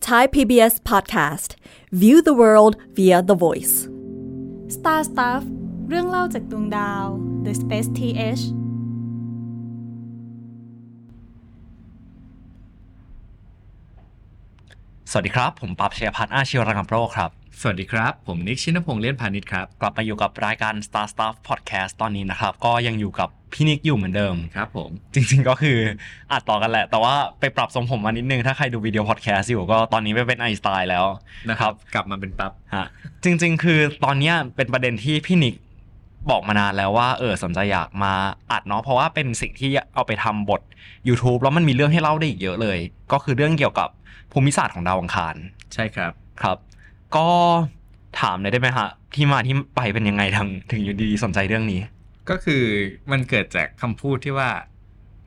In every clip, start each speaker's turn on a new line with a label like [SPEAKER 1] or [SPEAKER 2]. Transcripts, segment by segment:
[SPEAKER 1] Thai PBS Podcast View the world via the voice
[SPEAKER 2] Star Stuff เรื่องเล่าจากดวงดาว The Space TH
[SPEAKER 3] สวัสดีครับ ผมปั๊บเชียพัฒน์อาชีวรังกำโปรครับ
[SPEAKER 4] สวัสดีครับ ผมนิกชินพงษ์เลี่ยนพาณิชย์ครับ
[SPEAKER 3] กลับมาอยู่กับรายการ Star Stuff Podcast ตอนนี้นะครับ ก็ยังอยู่กับพี่นิกอยู่เหมือนเดิม
[SPEAKER 4] ครับผม
[SPEAKER 3] จริงๆก็คืออัดต่อกันแหละ แต่ว่าไปปรับทรงผมมานิดนึง ถ้าใครดูวิดีโอพอดแคสต์อยู่ก็ตอนนี้ไปเป็นไอสไตล์แล้ว
[SPEAKER 4] นะครับ กลับมาเป็นปั๊บ
[SPEAKER 3] ฮะจริงๆ คือตอนเนี้ยเป็นประเด็นที่พี่นิกบอกมานานแล้วว่าเออสนใจอยากมาอัดเนาะเพราะว่าเป็นสิ่งที่เอาไปทำบท YouTube แล้วมันมีเรื่องให้เล่าได้อีกเยอะเลย ก็คือเรื่องเกี่ยวกับภูมิศาสตร์ของดาวอังคาร
[SPEAKER 4] ใช่ครับ
[SPEAKER 3] ครับ ก็ถามเลยได้ไหมฮะ ที่มาที่ไปเป็นยังไงทางถึงอยู่ดีๆสนใจเรื่องนี้
[SPEAKER 4] ก็คือมันเกิดจากคำพูดที่ว่า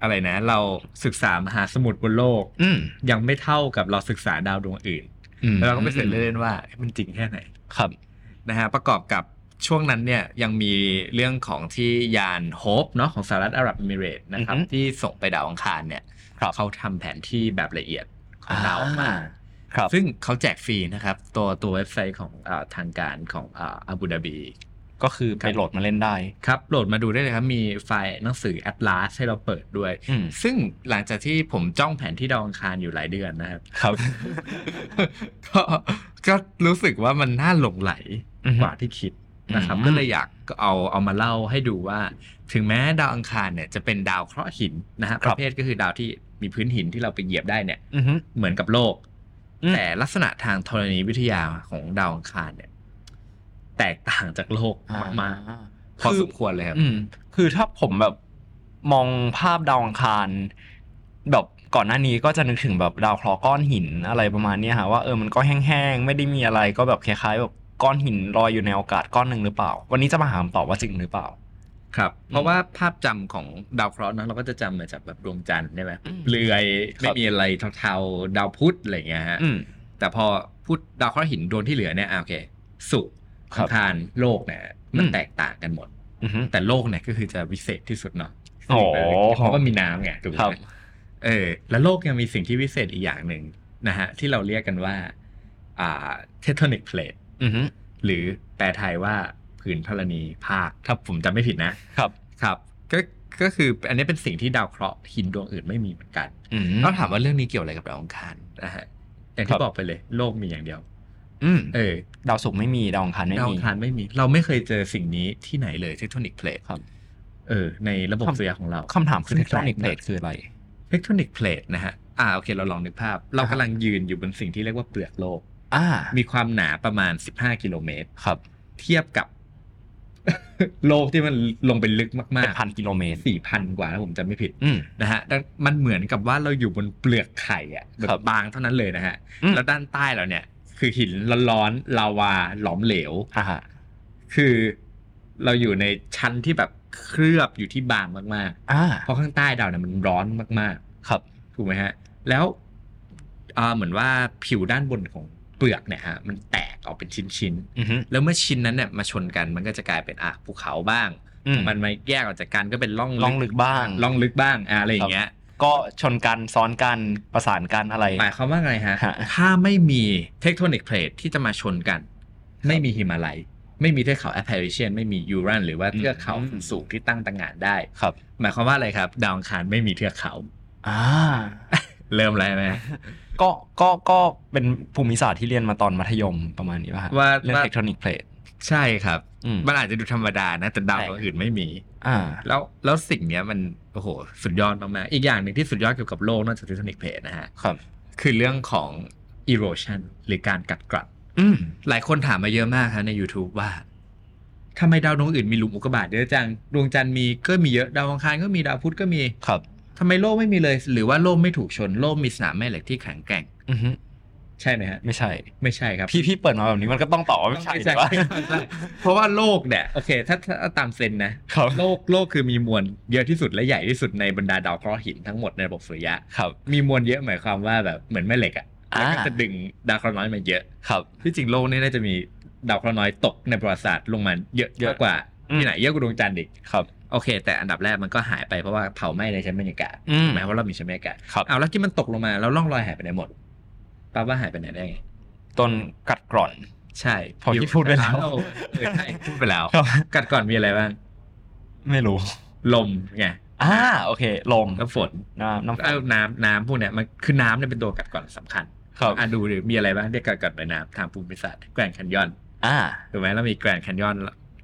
[SPEAKER 4] อะไรนะ เราศึกษามหาสมุทรบนโลก
[SPEAKER 3] อืม
[SPEAKER 4] ยังไม่เท่ากับเราศึกษาดาวดวงอื่น
[SPEAKER 3] อืม
[SPEAKER 4] แล้วเราก็ไปเสร็จเล่นๆว่าเอ๊ะมันจริงแค่ไหน
[SPEAKER 3] ครับ
[SPEAKER 4] นะฮะ ประกอบกับช่วงนั้นเนี่ยยังมีเรื่องของที่ยานโฮปเนาะของสหรัฐอาหรับเอมิเรตส์นะครับ
[SPEAKER 3] อือหือ
[SPEAKER 4] ที่ส่งไปดาวอังคารเนี่ย
[SPEAKER 3] ครับ
[SPEAKER 4] เขาทำแผนที่แบบละเอียดของดาวออกมา
[SPEAKER 3] อ่า ครับ
[SPEAKER 4] ซึ่งเขาแจกฟรีนะครับ ตัวตัวเว็บไซต์ของอาทางการของอาบูดาบี
[SPEAKER 3] ก็คือไปโหลดมาเล่นได้
[SPEAKER 4] ครับโหลดมาดูได้เลยครับ มีไฟล์หนังสือ Atlas ให้เราเปิดด้วย
[SPEAKER 3] อืม
[SPEAKER 4] ซึ่งหลังจากที่ผมจ้องแผนที่ดาวอังคารอยู่หลายเดือนนะครับ
[SPEAKER 3] ครับ
[SPEAKER 4] ก็ก็รู้สึกว่ามันน่าหลงไหล
[SPEAKER 3] อือฮึ
[SPEAKER 4] กว่าที่คิดนะครับ
[SPEAKER 3] อืม
[SPEAKER 4] ก็เลยอยากเอาเอามาเล่าให้ดูว่า ถึงแม้ดาวอังคารเนี่ยจะเป็นดาวเคราะห์หินนะฮะประเภทก็คือดาวที่มีพื้นหินที่เราไปเหยียบได้เนี่ย
[SPEAKER 3] อือฮึ
[SPEAKER 4] เหมือนกับโลก
[SPEAKER 3] อืม
[SPEAKER 4] แต่ลักษณะทางธรณีวิทยาของดาวอังคารเนี่ย แตกต่างจากโลกมาก
[SPEAKER 3] อ่
[SPEAKER 4] ๆพอสมควรเลยครับ
[SPEAKER 3] อืมคือถ้าผมแบบมองภาพดาวอังคาร แบบก่อนหน้านี้ก็จะนึกถึงแบบดาวเคราะห์ก้อนหินอะไรประมาณเนี้ยฮะว่าเออมันก็แห้งๆไม่ได้มีอะไรก็แบบคล้ายๆแบบก้อนหินลอยอยู่ในอากาศก้อนหนึ่งหรือเปล่า วันนี้จะมาหามตอบว่าจริงหรือเปล่า
[SPEAKER 4] ครับ เพราะว่าภาพจำของดาวเคราะห์เนอะเราก็จะจำมาจากแบบดวงจันทร์ใช่ไหม
[SPEAKER 3] อืม
[SPEAKER 4] เปลือย
[SPEAKER 3] ครั
[SPEAKER 4] ไม่
[SPEAKER 3] บ
[SPEAKER 4] มีอะไรเทาๆดาวพุธอะไรอย่างเงี้ยฮะ
[SPEAKER 3] อืม
[SPEAKER 4] แต่พอพูดดาวเคราะห์หินดวงที่เหลือเนี่ยอ่ะโอเคสุกร์
[SPEAKER 3] ครั
[SPEAKER 4] อั
[SPEAKER 3] บ
[SPEAKER 4] งคารโลกเนี่ยมัน
[SPEAKER 3] อืม
[SPEAKER 4] แตกต่างกันหมด
[SPEAKER 3] อือฮึ
[SPEAKER 4] แต่โลกเนี่ยก็คือจะวิเศษที่สุดเนาะ
[SPEAKER 3] อ๋อ
[SPEAKER 4] เพราะว่ามีน้ำไงถูกไห
[SPEAKER 3] ครั
[SPEAKER 4] ม
[SPEAKER 3] บ
[SPEAKER 4] เออ แล้วโลกยังมีสิ่งที่วิเศษอีกอย่างหนึ่งนะฮะ ที่เราเรียกกันว่า อ่าเทคโทนิกเพลท
[SPEAKER 3] อือฮึ
[SPEAKER 4] หรือแปลไทยว่าผืนธรณีภาค ถ้าผมจำไม่ผิดนะ
[SPEAKER 3] ครับ
[SPEAKER 4] ครับ ก็ก็คืออันนี้เป็นสิ่งที่ดาวเคราะห์หินดวงอื่นไม่มีเหมือนกัน
[SPEAKER 3] อืม
[SPEAKER 4] เราถามว่าเรื่องนี้เกี่ยวอะไรกับดาวอังคารนะฮะอย่าง
[SPEAKER 3] ครั
[SPEAKER 4] ที่
[SPEAKER 3] บ
[SPEAKER 4] บอกไปเลย โลกมีอย่างเดียว
[SPEAKER 3] อืม
[SPEAKER 4] เออ
[SPEAKER 3] ดาวศุกร์ไม่มีดาวอังคารไม่
[SPEAKER 4] ดาว
[SPEAKER 3] มี
[SPEAKER 4] อังคารไม่มี เราไม่เคยเจอสิ่งนี้ที่ไหนเลยเทคโทนิกเพลท
[SPEAKER 3] ครับ
[SPEAKER 4] เออ ในระบบ
[SPEAKER 3] ครับ
[SPEAKER 4] สุริยะของเรา
[SPEAKER 3] คำถามคือเทคโทนิกเพลทคืออะไร
[SPEAKER 4] เทคโทนิกเพลทนะฮะ อ่า โอเค เราลองนึกภาพ เรากำลังยืนอยู่บนสิ่งที่เรียกว่าเปลือกโลก
[SPEAKER 3] อ่า
[SPEAKER 4] มีความหนาประมาณ 15 กิโลเมตร
[SPEAKER 3] ครับ
[SPEAKER 4] เทียบกับ โลกที่มันลงไปลึกมา
[SPEAKER 3] เป็
[SPEAKER 4] ก
[SPEAKER 3] นพันกิโลเมตร
[SPEAKER 4] ๆสี่พันกว่าถ้าผมจำไม่ผิด
[SPEAKER 3] อืม
[SPEAKER 4] นะฮะดังมันเหมือนกับว่าเราอยู่บนเปลือกไข่อะแบ
[SPEAKER 3] ครับ บบ
[SPEAKER 4] างเท่านั้นเลยนะฮะ
[SPEAKER 3] อืม
[SPEAKER 4] แล้วด้านใต้เราเนี่ย คือหินร้อนๆลาวาหลอมเหลว
[SPEAKER 3] อ่าฮะ
[SPEAKER 4] คือเราอยู่ในชั้นที่แบบเคลือบอยู่ที่บางมาก
[SPEAKER 3] อ่า
[SPEAKER 4] ๆ เพราะข้างใต้ดาวเนี่ยมันร้อนมากๆ
[SPEAKER 3] ครับ
[SPEAKER 4] ถูกไหมฮะ แล้วอ่าเหมือนว่าผิวด้านบนของเปลือกเนี่ยฮะ มันแตกออกเป็นชิ้น
[SPEAKER 3] อือฮึ
[SPEAKER 4] ๆ แล้วเมื่อชิ้นนั้นเนี่ยมาชนกัน มันก็จะกลายเป็นอ่ะภูเขาบ้าง
[SPEAKER 3] อืม
[SPEAKER 4] มันมาแยกออกจากกันก็เป็นร่อง
[SPEAKER 3] ลองลึกบ้าง
[SPEAKER 4] ร่องลึกบ้างอ่ะอะไรอย่างเงี้ย
[SPEAKER 3] ก็ชนกันซ้อนกันประสานกันอะไร
[SPEAKER 4] หมายความว่าไงฮะ
[SPEAKER 3] ฮะ
[SPEAKER 4] ถ้าไม่มีเทคโทนิกเพลทที่จะมาชนกัน ไม่มีหิมาลัย ไม่มีเทือกเขาแอปเปริเชียน ไม่มียูรันหรือว่าเทือกเขาสูงที่ตั้งต่างงานได้
[SPEAKER 3] ครับ
[SPEAKER 4] หมายความว่าอะไรครับ ดาวอังคารไม่มีเทือกเขา
[SPEAKER 3] อ่า
[SPEAKER 4] เริ่มอะไร ไหมฮะ
[SPEAKER 3] ก็ก็ก็เป็นภูมิศาสตร์ที่เรียนมาตอนมัธยมประมาณนี้ป่ะฮะ
[SPEAKER 4] ว่า
[SPEAKER 3] เรื่อง
[SPEAKER 4] ว่า
[SPEAKER 3] เทคโทนิกเพลท
[SPEAKER 4] ใช่ครับ
[SPEAKER 3] อืม
[SPEAKER 4] มันอาจจะดูธรรมดานะ แต่ดาว
[SPEAKER 3] ใช่
[SPEAKER 4] ดวงอื่นไม่มี
[SPEAKER 3] อ่า
[SPEAKER 4] แล้วแล้วสิ่งเนี้ยมันโอ้โห สุดยอดมากๆ อีกอย่างหนึ่งที่สุดยอดเกี่ยวกับโลกนอกจากทิทนิกเพจนะฮะ
[SPEAKER 3] ครับ
[SPEAKER 4] คือเรื่องของ erosion หรือการกัดกร่อน
[SPEAKER 3] อืม
[SPEAKER 4] หลายคนถามมาเยอะมากครับใน YouTube ว่าทำไมดาวดวงอื่นมีหลุมอุกกาบาตเยอะจัง ดวงจันทร์มีก็มีเยอะ ดาวอังคารก็มีดาวพุธก็มี
[SPEAKER 3] ครับ
[SPEAKER 4] ทำไมโลกไม่มีเลย หรือว่าโลกไม่ถูกชน โลกมีสนามแม่เหล็กที่แข็งแกร่ง
[SPEAKER 3] อือฮึ
[SPEAKER 4] ใช่ไหมฮะ
[SPEAKER 3] ไม่ใช่
[SPEAKER 4] ไม่ใช่ครับ
[SPEAKER 3] พี่พี่เปิดมาแบบนี้มันก็ต้องตอบว่าไม่ใช่
[SPEAKER 4] ไม่
[SPEAKER 3] ใช่ปะ
[SPEAKER 4] ใช่เพราะว่าโลกเนี่ยโอเคถ้าถ้าตามเซนนะ
[SPEAKER 3] ครับ
[SPEAKER 4] โลกโลกคือมีมวลเยอะที่สุดและใหญ่ที่สุดในบรรดาดาวเคราะห์หินทั้งหมดในระบบสุริยะ
[SPEAKER 3] ครับ
[SPEAKER 4] มีมวลเยอะหมายความว่าแบบเหมือนแม่เหล็กอะ
[SPEAKER 3] อ่า
[SPEAKER 4] แล้วก็จะดึงดาวเคราะห์น้อยมาเยอะ
[SPEAKER 3] ครับ
[SPEAKER 4] ที่จริงโลกเนี่ยน่าจะมีดาวเคราะห์น้อยตกในประวัติศาสตร์ลงมาเยอะเยอะกว่าที่ไหนเยอะกว่าดวงจันทร์อีก
[SPEAKER 3] ครับ
[SPEAKER 4] โอเค แต่อันดับแรกมันก็หายไปเพราะว่าเผาไหม้ในชั้นบรรยากาศ
[SPEAKER 3] อืม
[SPEAKER 4] หมายความว่าเรามีชั้นบรรยากาศ
[SPEAKER 3] ครับ
[SPEAKER 4] เอาแล้วที่มันตกลงมาแล้วร่องรอยหายไปไหนหมด ป้าว่าหายไปไหนได้ไง
[SPEAKER 3] ต้นกัดกร่อน
[SPEAKER 4] ใช่
[SPEAKER 3] พอที่พูดไปแล้ว
[SPEAKER 4] เออเออใช่พูดไปแล้ว
[SPEAKER 3] ครับ
[SPEAKER 4] กัดก่อนมีอะไรบ้าง
[SPEAKER 3] ไม่รู้
[SPEAKER 4] ลมไง
[SPEAKER 3] อ่าโอเค ลม
[SPEAKER 4] แล้วฝน
[SPEAKER 3] น้ำน้ำฝ
[SPEAKER 4] เอ้าน น้ำน้ำพวกเนี้ยมันคือน้ำเนี่ยเป็นตัวกัดก่อนสำคัญ
[SPEAKER 3] ครับ
[SPEAKER 4] อ่ะดูดิมีอะไรบ้างเรียกกัดก่อนไปน้ำทางภูมิศาสตร์แกรนด์แคนยอน
[SPEAKER 3] อ่า
[SPEAKER 4] ถูกไหมแล้วมีแกรนด์แคนยอน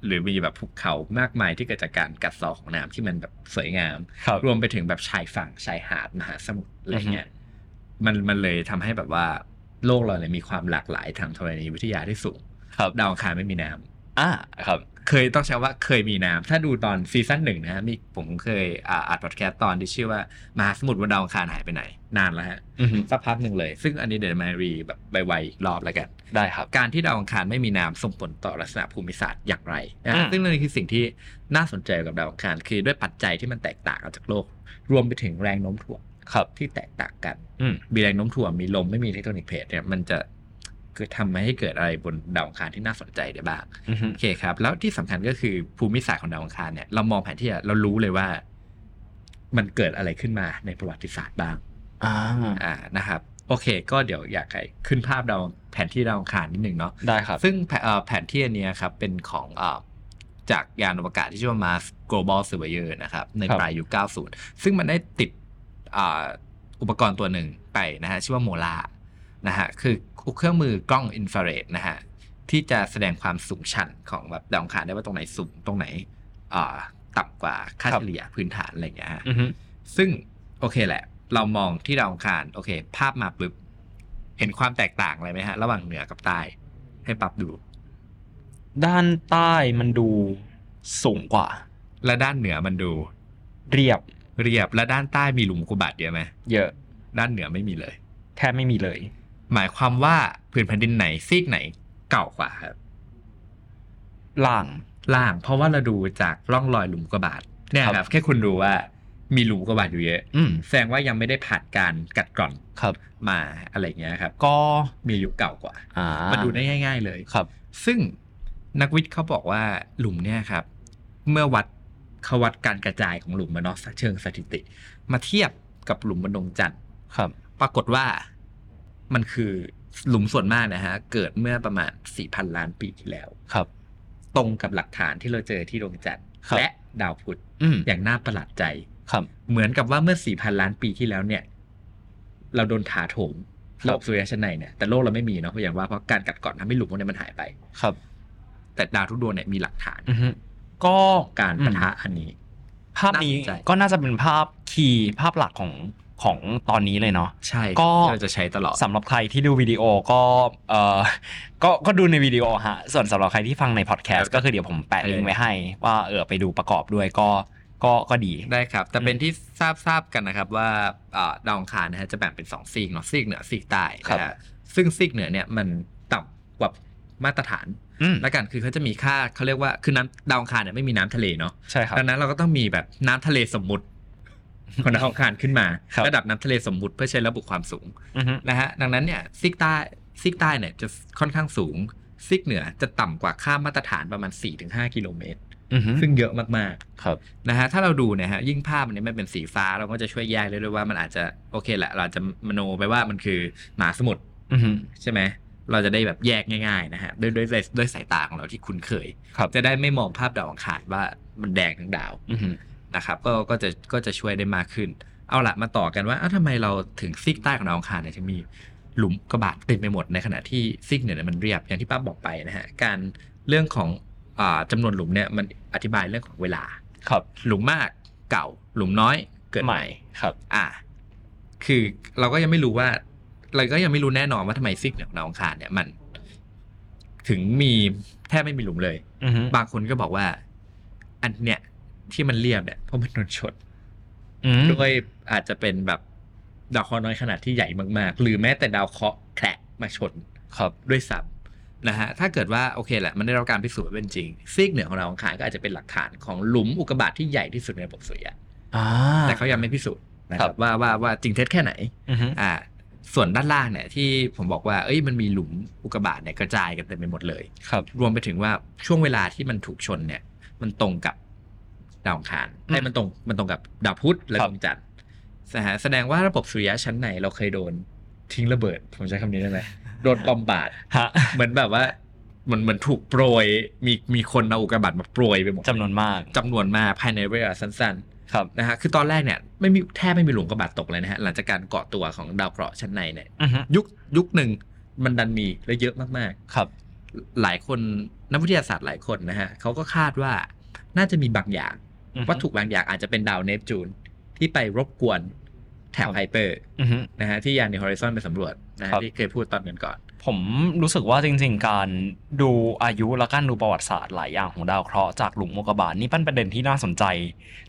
[SPEAKER 4] หรือมีแบบภูเขามากมายที่เกิดจากการกัดเซอของน้ำที่มันแบบสวยงาม
[SPEAKER 3] ครับ
[SPEAKER 4] รวมไปถึงแบบชายฝั่งชายหาดมหาสมุทรอะไรเงี้ยมันมันเลยทำให้แบบว่าโลกเราเนี่ยมีความหลากหลายทางธรณีวิทยาที่สูง
[SPEAKER 3] ครับ
[SPEAKER 4] ดาวอังคารไม่มีน้ำ
[SPEAKER 3] อ่าครับ
[SPEAKER 4] เคยต้องใช้ว่าเคยมีน้ำถ้าดูตอนซีซั่นหนึ่งนะฮะมีผมเคยอ่าอัดพอดแคสต์ตอนที่ชื่อว่า มหาสมุทรวันดาวอังคารหายไปไหน นานแล้วฮะ
[SPEAKER 3] อือฮึ
[SPEAKER 4] สักพักหนึ่งเลย ซึ่งอันนี้เดี๋ยวมารีแบบไวๆอีกรอบแล้วกัน
[SPEAKER 3] ได้ครับ
[SPEAKER 4] การที่ดาวอังคารไม่มีน้ำส่งผลต่อลักษณะภูมิศาสตร์อย่างไรนะ
[SPEAKER 3] อื
[SPEAKER 4] ฮะ
[SPEAKER 3] ม
[SPEAKER 4] ซึ่งนั่นคือสิ่งที่น่าสนใจกับดาวอังคารคือด้วยปัจจัยที่มันแตกต่างออกจากโลก รวมไปถึงแรงโน้มถ่วง
[SPEAKER 3] ครับ
[SPEAKER 4] ที่แตกต่างกัน
[SPEAKER 3] อืม
[SPEAKER 4] มีแรงโน้มถ่วงมีลมไม่มีเทคโทนิกเพลทเนี่ยมันจะคือทำให้เกิดอะไรบนดาวอังคารที่น่าสนใจได้บ้าง
[SPEAKER 3] อือฮึ
[SPEAKER 4] โอเคครับ แล้วที่สำคัญก็คือภูมิศาสตร์ของดาวอังคารเนี่ย เรามองแผนที่อะเรารู้เลยว่า มันเกิดอะไรขึ้นมาในประวัติศาสตร์บ้าง
[SPEAKER 3] อ่า
[SPEAKER 4] อ่านะครับ โอเค ก็เดี๋ยวอยากให้ขึ้นภาพดาวแผนที่ดาวอังคารนิดหนึ่งเนาะ
[SPEAKER 3] ได้ครับ
[SPEAKER 4] ซึ่งแผเอ่อแผนที่อันเนี้ยครับ เป็นของเอ่อจากยานอวกาศที่ชื่อว่า Mars Global Surveyor นะครับ ใน
[SPEAKER 3] ครับ
[SPEAKER 4] ปลายยุค 90 ซึ่งมันได้ติดอ่าอุปกรณ์ตัวหนึ่งไปนะฮะชื่อว่าโมลานะฮะคือเครื่องมือกล้องอินฟราเรดนะฮะ ที่จะแสดงความสูงชันของแบบดาวอังคารได้ว่าตรงไหนสูงตรงไหนอ่าต่ำกว่าค่า
[SPEAKER 3] ครับ
[SPEAKER 4] เฉลี่ยพื้นฐานอะไรอย่างเงี้ยฮะ
[SPEAKER 3] อือฮึ
[SPEAKER 4] ซึ่งโอเคแหละ เรามองที่ดาวอังคารโอเค ภาพมาปุ๊บเห็นความแตกต่างอะไรไหมฮะ ระหว่างเหนือกับใต้ ให้ปรับดู
[SPEAKER 3] ด้านใต้มันดูสูงกว่า
[SPEAKER 4] และด้านเหนือมันดู
[SPEAKER 3] เรียบ
[SPEAKER 4] เรียบและด้านใต้มีหลุมกุบัติเยอะไหม
[SPEAKER 3] เยอะ
[SPEAKER 4] ด้านเหนือไม่มีเลย
[SPEAKER 3] แทบไม่มีเลย
[SPEAKER 4] หมายความว่าผืนแผ่นดินไหนซีกไหนเก่ากว่าครับ
[SPEAKER 3] ล่าง
[SPEAKER 4] ล่างเพราะว่าเราดูจากร่องรอยหลุมกระบาดเนี่ย
[SPEAKER 3] ครับ
[SPEAKER 4] ครับ แค่คุณดูว่ามีหลุมกระบาดอยู่เยอะ
[SPEAKER 3] อืม
[SPEAKER 4] แสดงว่ายังไม่ได้ผ่านการกัดกร่อน
[SPEAKER 3] ครับ
[SPEAKER 4] มาอะไรเงี้ยครับ
[SPEAKER 3] ก็
[SPEAKER 4] ก็มีอายุเก่ากว่า
[SPEAKER 3] อ่า
[SPEAKER 4] มา
[SPEAKER 3] มา
[SPEAKER 4] ดูได้ง่าย ๆ เลย
[SPEAKER 3] ครับ
[SPEAKER 4] ซึ่งนักวิทย์เขาบอกว่าหลุมเนี่ยครับ เมื่อวัดเขาวัดการกระจายของหลุมมาเนาะเชิงสถิติ มาเทียบกับหลุมบนดวงจันทร์
[SPEAKER 3] ครับ
[SPEAKER 4] ปรากฏว่ามันคือหลุมส่วนมากนะฮะเกิดเมื่อประมาณ 4,000 ล้านปีที่แล้ว
[SPEAKER 3] ครับ
[SPEAKER 4] ตรงกับหลักฐานที่เราเจอที่ดวงจันทร์
[SPEAKER 3] ครับ
[SPEAKER 4] และดาวพุธ
[SPEAKER 3] อืม
[SPEAKER 4] อย่างน่าประหลาดใจ
[SPEAKER 3] ครับ
[SPEAKER 4] เหมือนกับว่าเมื่อ 4,000 ล้านปีที่แล้วเนี่ย เราโดนถาโถม
[SPEAKER 3] ครับ
[SPEAKER 4] โลกสุริยะชั้นในเนี่ยแต่โลกเราไม่มีเนาะเพราะอย่างว่าเพราะการกัดเก่อนทำให้หลุมพวกเนี้มันหายไป
[SPEAKER 3] ครับ
[SPEAKER 4] แต่ดาวทุกดวงเนี่ยมีหลักฐาน
[SPEAKER 3] อือฮึก็
[SPEAKER 4] การ
[SPEAKER 3] อื
[SPEAKER 4] ปะ
[SPEAKER 3] ม
[SPEAKER 4] ทะอันนี้
[SPEAKER 3] ภาพนี้
[SPEAKER 4] น่าสนใจ
[SPEAKER 3] ก็น่าจะเป็นภาพคีย์ภาพหลักของของตอนนี้เลยเนาะ
[SPEAKER 4] ใช่
[SPEAKER 3] ก็
[SPEAKER 4] ที่เราจะใช้ตลอด
[SPEAKER 3] สำหรับใครที่ดูวิดีโอก็เออ ก็ก็ดูในวิดีโอฮะ ส่วนสำหรับใครที่ฟังในพอดแคส
[SPEAKER 4] ครั
[SPEAKER 3] ต์
[SPEAKER 4] บ
[SPEAKER 3] ก็คือเดี๋ยวผมแปะลิงก์ไว้ให้ ว่าเออไปดูประกอบด้วยก็ก็ก็ดี
[SPEAKER 4] ได้ครับ แต่เป็นที่ทราบทราบกันนะครับว่าอ่าดาวอังคารนะฮะจะแบ่งเป็นสองซีกเนาะซีกเหนือซีกใต้นะ
[SPEAKER 3] ครั
[SPEAKER 4] ฮะ
[SPEAKER 3] บ
[SPEAKER 4] ซึ่งซีกเหนือเนี่ยมันต่ำกว่ามาตรฐาน
[SPEAKER 3] อืม
[SPEAKER 4] แล้วกันคือเขาจะมีค่าเขาเรียกว่าคือน้ำดาวอังคารเนี่ยไม่มีน้ำทะเลเนาะ
[SPEAKER 3] ใช่ครับ
[SPEAKER 4] ดังนั้นเราก็ต้องมีแบบน้ำทะเลสมมุ ติ ของดาวอังคารขึ้นมา
[SPEAKER 3] ครับ
[SPEAKER 4] ระดับน้ำทะเลสมมุติเพื่อใช้ระบุความสูง
[SPEAKER 3] อือฮึ
[SPEAKER 4] นะฮะดังนั้นเนี่ยซีกใต้ซีกใต้เนี่ยจะค่อนข้างสูงซีกเหนือจะต่ำกว่าค่ามาตรฐานประมาณ 4-5 กิโลเมตร
[SPEAKER 3] อือฮึ
[SPEAKER 4] ซึ่งเยอะมาก
[SPEAKER 3] ครับ
[SPEAKER 4] ๆนะฮะถ้าเราดูเนยฮะยิ่งภาพอันนี้มันเป็นสีฟ้าเราก็จะช่วยแยกได้ด้วยว่ามันอาจจะโอเคแหละ เราจะมโนไปว่ามันคือหมหาสมุทร
[SPEAKER 3] อือฮึ
[SPEAKER 4] ใช่ไหมเราจะได้แบบแยกง่ายๆนะฮะด้วยด้วยด้วยสายตาของเราที่คุ้นเคย
[SPEAKER 3] ครับ
[SPEAKER 4] จะได้ไม่มองภาพดาวอังคารว่ามันแดงทั้งดาว
[SPEAKER 3] อือฮึ
[SPEAKER 4] นะครับก็ก็จะก็จะช่วยได้มากขึ้น เอาละมาต่อกันว่าอ้าวทำไมเราถึงซีกใต้ของดาวอังคารเนี่ยจะมีหลุมกระบาดเต็มไปหมดในขณะที่ซีกเหนือเนี่ยมันเรียบอย่างที่ป้าบอกไปนะฮะการเรื่องของอาจำนวนหลุมเนี่ยมันอธิบายเรื่องของเวลา
[SPEAKER 3] ครับ
[SPEAKER 4] หลุมมากเก่า หลุมน้อยเกิดใหม่
[SPEAKER 3] ครับ
[SPEAKER 4] อ่าคือเราก็ยังไม่รู้ว่า เราก็ยังไม่รู้แน่นอนว่าทำไมซีกเหนือของดาวอังคารเนี่ยมัน ถึงมีแทบไม่มีหลุมเลย
[SPEAKER 3] อือฮึ
[SPEAKER 4] บางคนก็บอกว่า อันเนี่ยที่มันเรียบเนี่ยเพราะมันโดนชน
[SPEAKER 3] อืม
[SPEAKER 4] ด้วยอาจจะเป็นแบบดาวเคราะห์น้อยขนาดที่ใหญ่มากๆ หรือแม้แต่ดาวเคราะห์แคระมาชน
[SPEAKER 3] ครับ
[SPEAKER 4] ด้วยซ้ำนะฮะถ้าเกิดว่าโอเคแหละมันได้รับการพิสูจน์ว่าเป็นจริง ซีกเหนือของดาวอังคารก็อาจจะเป็นหลักฐานของหลุมอุกกาบาตที่ใหญ่ที่สุดในระบบสุริยะ
[SPEAKER 3] อ่า
[SPEAKER 4] แต่เขายังไม่พิสูจน์นะค
[SPEAKER 3] ค
[SPEAKER 4] รั
[SPEAKER 3] รั
[SPEAKER 4] บบ ว่าว่าว่าจริงเท็จแค่ไหน
[SPEAKER 3] อือฮึ
[SPEAKER 4] อ่าส่วนด้านล่างเนี่ยที่ผมบอกว่าเอ้ยมันมีหลุมอุกกาบาตเนี่ยกระจายกันเต็มไปหมดเลย
[SPEAKER 3] ครับ
[SPEAKER 4] รวมไปถึงว่าช่วงเวลาที่มันถูกชนเนี่ย มันตรงกับดาวอังคาร
[SPEAKER 3] อืม
[SPEAKER 4] ไอ้ยมันตรงมันตรงกับดาวพุธและ
[SPEAKER 3] ครั
[SPEAKER 4] ด
[SPEAKER 3] บ
[SPEAKER 4] วงจันทร์นะฮะแสดงว่าระบบสุริยะชั้นในเราเคยโดน ทิ้งระเบิด ผมใช้คำนี้ได้ไหมโดนบอมบาด
[SPEAKER 3] ฮะ
[SPEAKER 4] เหมือนแบบว่าเหมือนเหมือนถูกโปรย มีมีคนเอาอุกกาบาตมาโปรยไปหมด
[SPEAKER 3] จำนวนมาก
[SPEAKER 4] จำนวนมากภายในเวลาสั้นๆ
[SPEAKER 3] ครับ
[SPEAKER 4] นะฮะ คือตอนแรกเนี่ยไม่มีแทบไม่มีหลุมกระบาดตกเลยนะฮะ หลังจากการเกาะตัวของดาวเคราะห์ชั้นในเนี่ย
[SPEAKER 3] อือฮึ
[SPEAKER 4] ยุคยุคหนึ่งมันดันมีและเยอะมาก
[SPEAKER 3] ครับ
[SPEAKER 4] ๆ หลายคนนักวิทยาศาสตร์หลายคนนะฮะเขาก็คาดว่าน่าจะมีบางอย่าง
[SPEAKER 3] อือฮึ
[SPEAKER 4] วัตถุบางอย่างอาจจะเป็นดาวเนปจูน ที่ไปรบกวนแถบ
[SPEAKER 3] ครับ
[SPEAKER 4] ไฮเปอร์
[SPEAKER 3] อือฮึ
[SPEAKER 4] นะฮะที่ยานนิวฮอริซอนไปสำรวจนะฮะ
[SPEAKER 3] ครับ
[SPEAKER 4] ที่เคยพูดตอนกันก่อน
[SPEAKER 3] ผมรู้สึกว่าจริงๆ การดูอายุและการดูประวัติศาสตร์หลายอย่างของดาวเคราะห์จากหลุมอุกกาบาตนี่เป็นประเด็นที่น่าสนใจ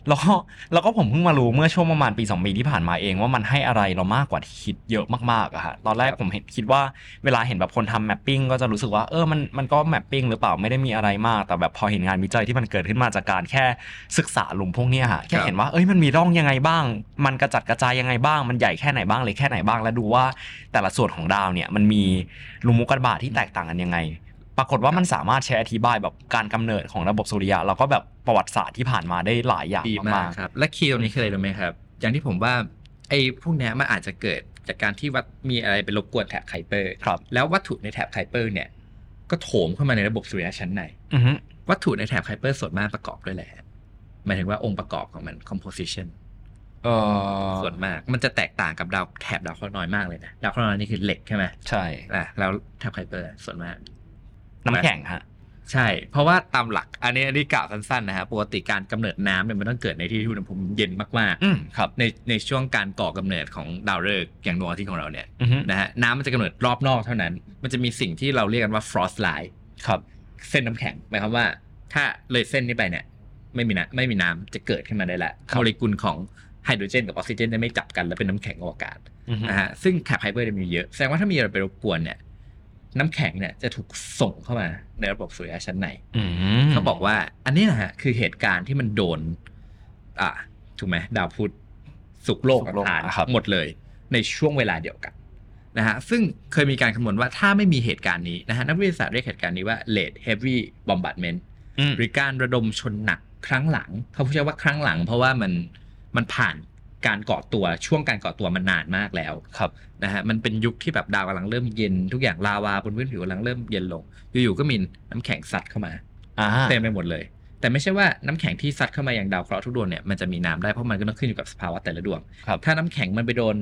[SPEAKER 3] แล้วก็ แล้วก็ผมเพิ่งมารู้เมื่อช่วงประมาณปีสองปีที่ผ่านมาเองว่ามันให้อะไรเรามากกว่าที่คิดเยอะมากๆอะฮะตอนแรกผมเห็นคิดว่าเวลาเห็นแบบคนทำแมปปิ้งก็จะรู้สึกว่าเออมันมันก็แมปปิ้งหรือเปล่าไม่ได้มีอะไรมาก แต่แบบพอเห็นงานวิจัยที่มันเกิดขึ้นมาจากการแค่ศึกษาหลุมพวกเนี้ยฮะแค่
[SPEAKER 4] ครับ
[SPEAKER 3] เห็นว่าเอ้ยมันมีร่องยังไงบ้าง มันกระจัดกระจายยังไงบ้าง มันใหญ่แค่ไหนบ้างเล็กแค่ไหนบ้าง แล้วดูว่าแต่ละส่วนของดาวเนี่ยมันมีหลุมอุกกาบาตที่แตกต่างกันยังไง ปรากฏว่ามันสามารถใช้อธิบายแบบการกำเนิดของระบบสุริยะแล้วก็แบบประวัติศาสตร์ที่ผ่านมาได้หลายอย่าง
[SPEAKER 4] ดีมาม
[SPEAKER 3] าก ก
[SPEAKER 4] ครับ และคีย์ตรงนี้คืออะไรรู้ไหมครับ อย่างที่ผมว่าไอ้พวกเนี้ยมันอาจจะเกิดจากการที่วัดมีอะไรไปรบกวนแถบไฮเปอร์
[SPEAKER 3] ๆครับ
[SPEAKER 4] แล้ววัตถุในแถบไคเปอร์เนี่ย ก็โถมเข้ามาในระบบสุริยะชั้นใน
[SPEAKER 3] อือฮึ
[SPEAKER 4] วัตถุในแถบไคเปอร์ส่วนมากประกอบด้วยแหละไรฮะหมายถึงว่าองค์ประกอบของมัน composition
[SPEAKER 3] เออ
[SPEAKER 4] ส่วนมาก มันจะแตกต่างกับดาวแถบดาวเคราะห์น้อยมากเลยนะ ดาวเคราะห์น้อยนี่คือเหล็กใช่ไหม
[SPEAKER 3] ใช่
[SPEAKER 4] อ่ะแล้วแถบไคเปอร์ส่วนมาก
[SPEAKER 3] น้ำแข็งฮะ
[SPEAKER 4] ใช่ เพราะว่าตามหลัก อันนี้อันนี้กล่าวสั้นๆนะฮะปกติการกำเนิดน้ำเนี่ยมันต้องเกิดในที่ที่อุณหภูมิเย็นมาก
[SPEAKER 3] อืมครับ
[SPEAKER 4] ๆในในช่วงการก่อกำเนิดของดาวฤกษ์อย่างดวงอาทิตย์ของเราเนี่ย
[SPEAKER 3] อือฮึ
[SPEAKER 4] นะฮะน้ำมันจะกำเนิดรอบนอกเท่านั้น มันจะมีสิ่งที่เราเรียกกันว่า frost line
[SPEAKER 3] ครับ
[SPEAKER 4] เส้นน้ำแข็งหมายความว่า ถ้าเลยเส้นนี้ไปเนี่ย ไม่มีนะไม่มีน้ำจะเกิดขึ้นมาได้ละโมเลกุลของไฮโดรเจนกับออกซิเจนได้ไม่จับกันแล้วเป็นน้ำแข็งอวกาศ
[SPEAKER 3] อือฮึ
[SPEAKER 4] นะฮะซึ่งแคปไฮเบอร์มีเยอะ แสดงว่าถ้ามีอะไรไปรบกวนเนี่ย น้ำแข็งเนี่ยจะถูกส่งเข้ามาในระบบสุริยะชั้นใน
[SPEAKER 3] อืม
[SPEAKER 4] เขาบอกว่า อันนี้นะฮะคือเหตุการณ์ที่มันโดน อ่ะถูกไหมดาวพุธสุกร์โลกอังคารหมดเลยในช่วงเวลาเดียวกันนะฮะซึ่งเคยมีการคำนวณว่าถ้าไม่มีเหตุการณ์นี้นะฮะนักวิทยาศาสตร์เรียกเหตุการณ์นี้ว่า late heavy bombardment
[SPEAKER 3] อืม
[SPEAKER 4] หรือการระดมชนหนักครั้งหลัง เขาพูดใช้ว่าครั้งหลัง เพราะว่ามันมันผ่านการก่อตัวช่วงการก่อตัวมันนานมากแล้ว
[SPEAKER 3] ครับ
[SPEAKER 4] นะฮะมันเป็นยุคที่แบบดาวกำลังเริ่มเย็นทุกอย่างลาวาบนพื้นผิวกำลังเริ่มเย็นลง อยู่ๆก็มีน้ำแข็งซัดเข้ามา
[SPEAKER 3] อ่า
[SPEAKER 4] เต็มไปหมดเลย แต่ไม่ใช่ว่าน้ำแข็งที่ซัดเข้ามาอย่างดาวเคราะห์ทุกดวงเนี่ยมันจะมีน้ำได้เพราะมันก็ต้องขึ้นอยู่กับสภาวะแต่ละดวง
[SPEAKER 3] ครับ
[SPEAKER 4] ถ้าน้ำแข็งมันไปโดน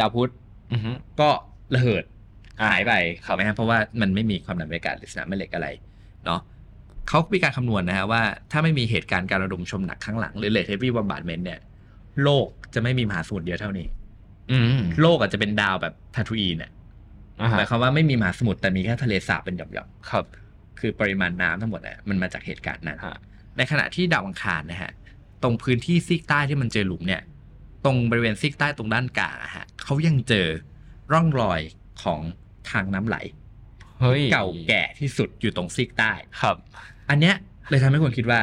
[SPEAKER 4] ดาวพุธ
[SPEAKER 3] อือฮึ
[SPEAKER 4] ก็ระเหิด
[SPEAKER 3] อ่า
[SPEAKER 4] หายไป
[SPEAKER 3] ครับ
[SPEAKER 4] นะฮะเพราะว่ามันไม่มีความดันบรรยากาศหรือสนามแม่เหล็กอะไรเนาะเขามีการคำนวณนะฮะว่า ถ้าไม่มีเหตุการณ์การระดมชมหนักข้างหลังหรือเลทเทวีบอมบาร์ดเมนเนี่ยโลกจะไม่มีมหาสมุทรเดียวเท่านี้
[SPEAKER 3] อืม
[SPEAKER 4] โลกอาจจะเป็นดาวแบบทาทูอีเนี่ย
[SPEAKER 3] อ่า
[SPEAKER 4] ห
[SPEAKER 3] ฮะ
[SPEAKER 4] มายความว่าไม่มีมหาสมุทรแต่มีแค่ทะเลสาบเป็นหย่อม
[SPEAKER 3] ครับ
[SPEAKER 4] ๆคือปริมาณน้ำทั้งหมดเนี่ยมันมาจากเหตุการณ์นั้น
[SPEAKER 3] ฮะ
[SPEAKER 4] ในขณะที่ดาวอังคารนะฮะ ตรงพื้นที่ซีกใต้ที่มันเจอหลุมเนี่ย ตรงบริเวณซีกใต้ตรงด้านกลางอะฮะเขายังเจอร่องรอยของทางน้ำไหล
[SPEAKER 3] เฮ้ย
[SPEAKER 4] เก่าแก่ที่สุดอยู่ตรงซีกใต้
[SPEAKER 3] ครับ
[SPEAKER 4] อันเนี้ยเลยทำให้คนคิดว่า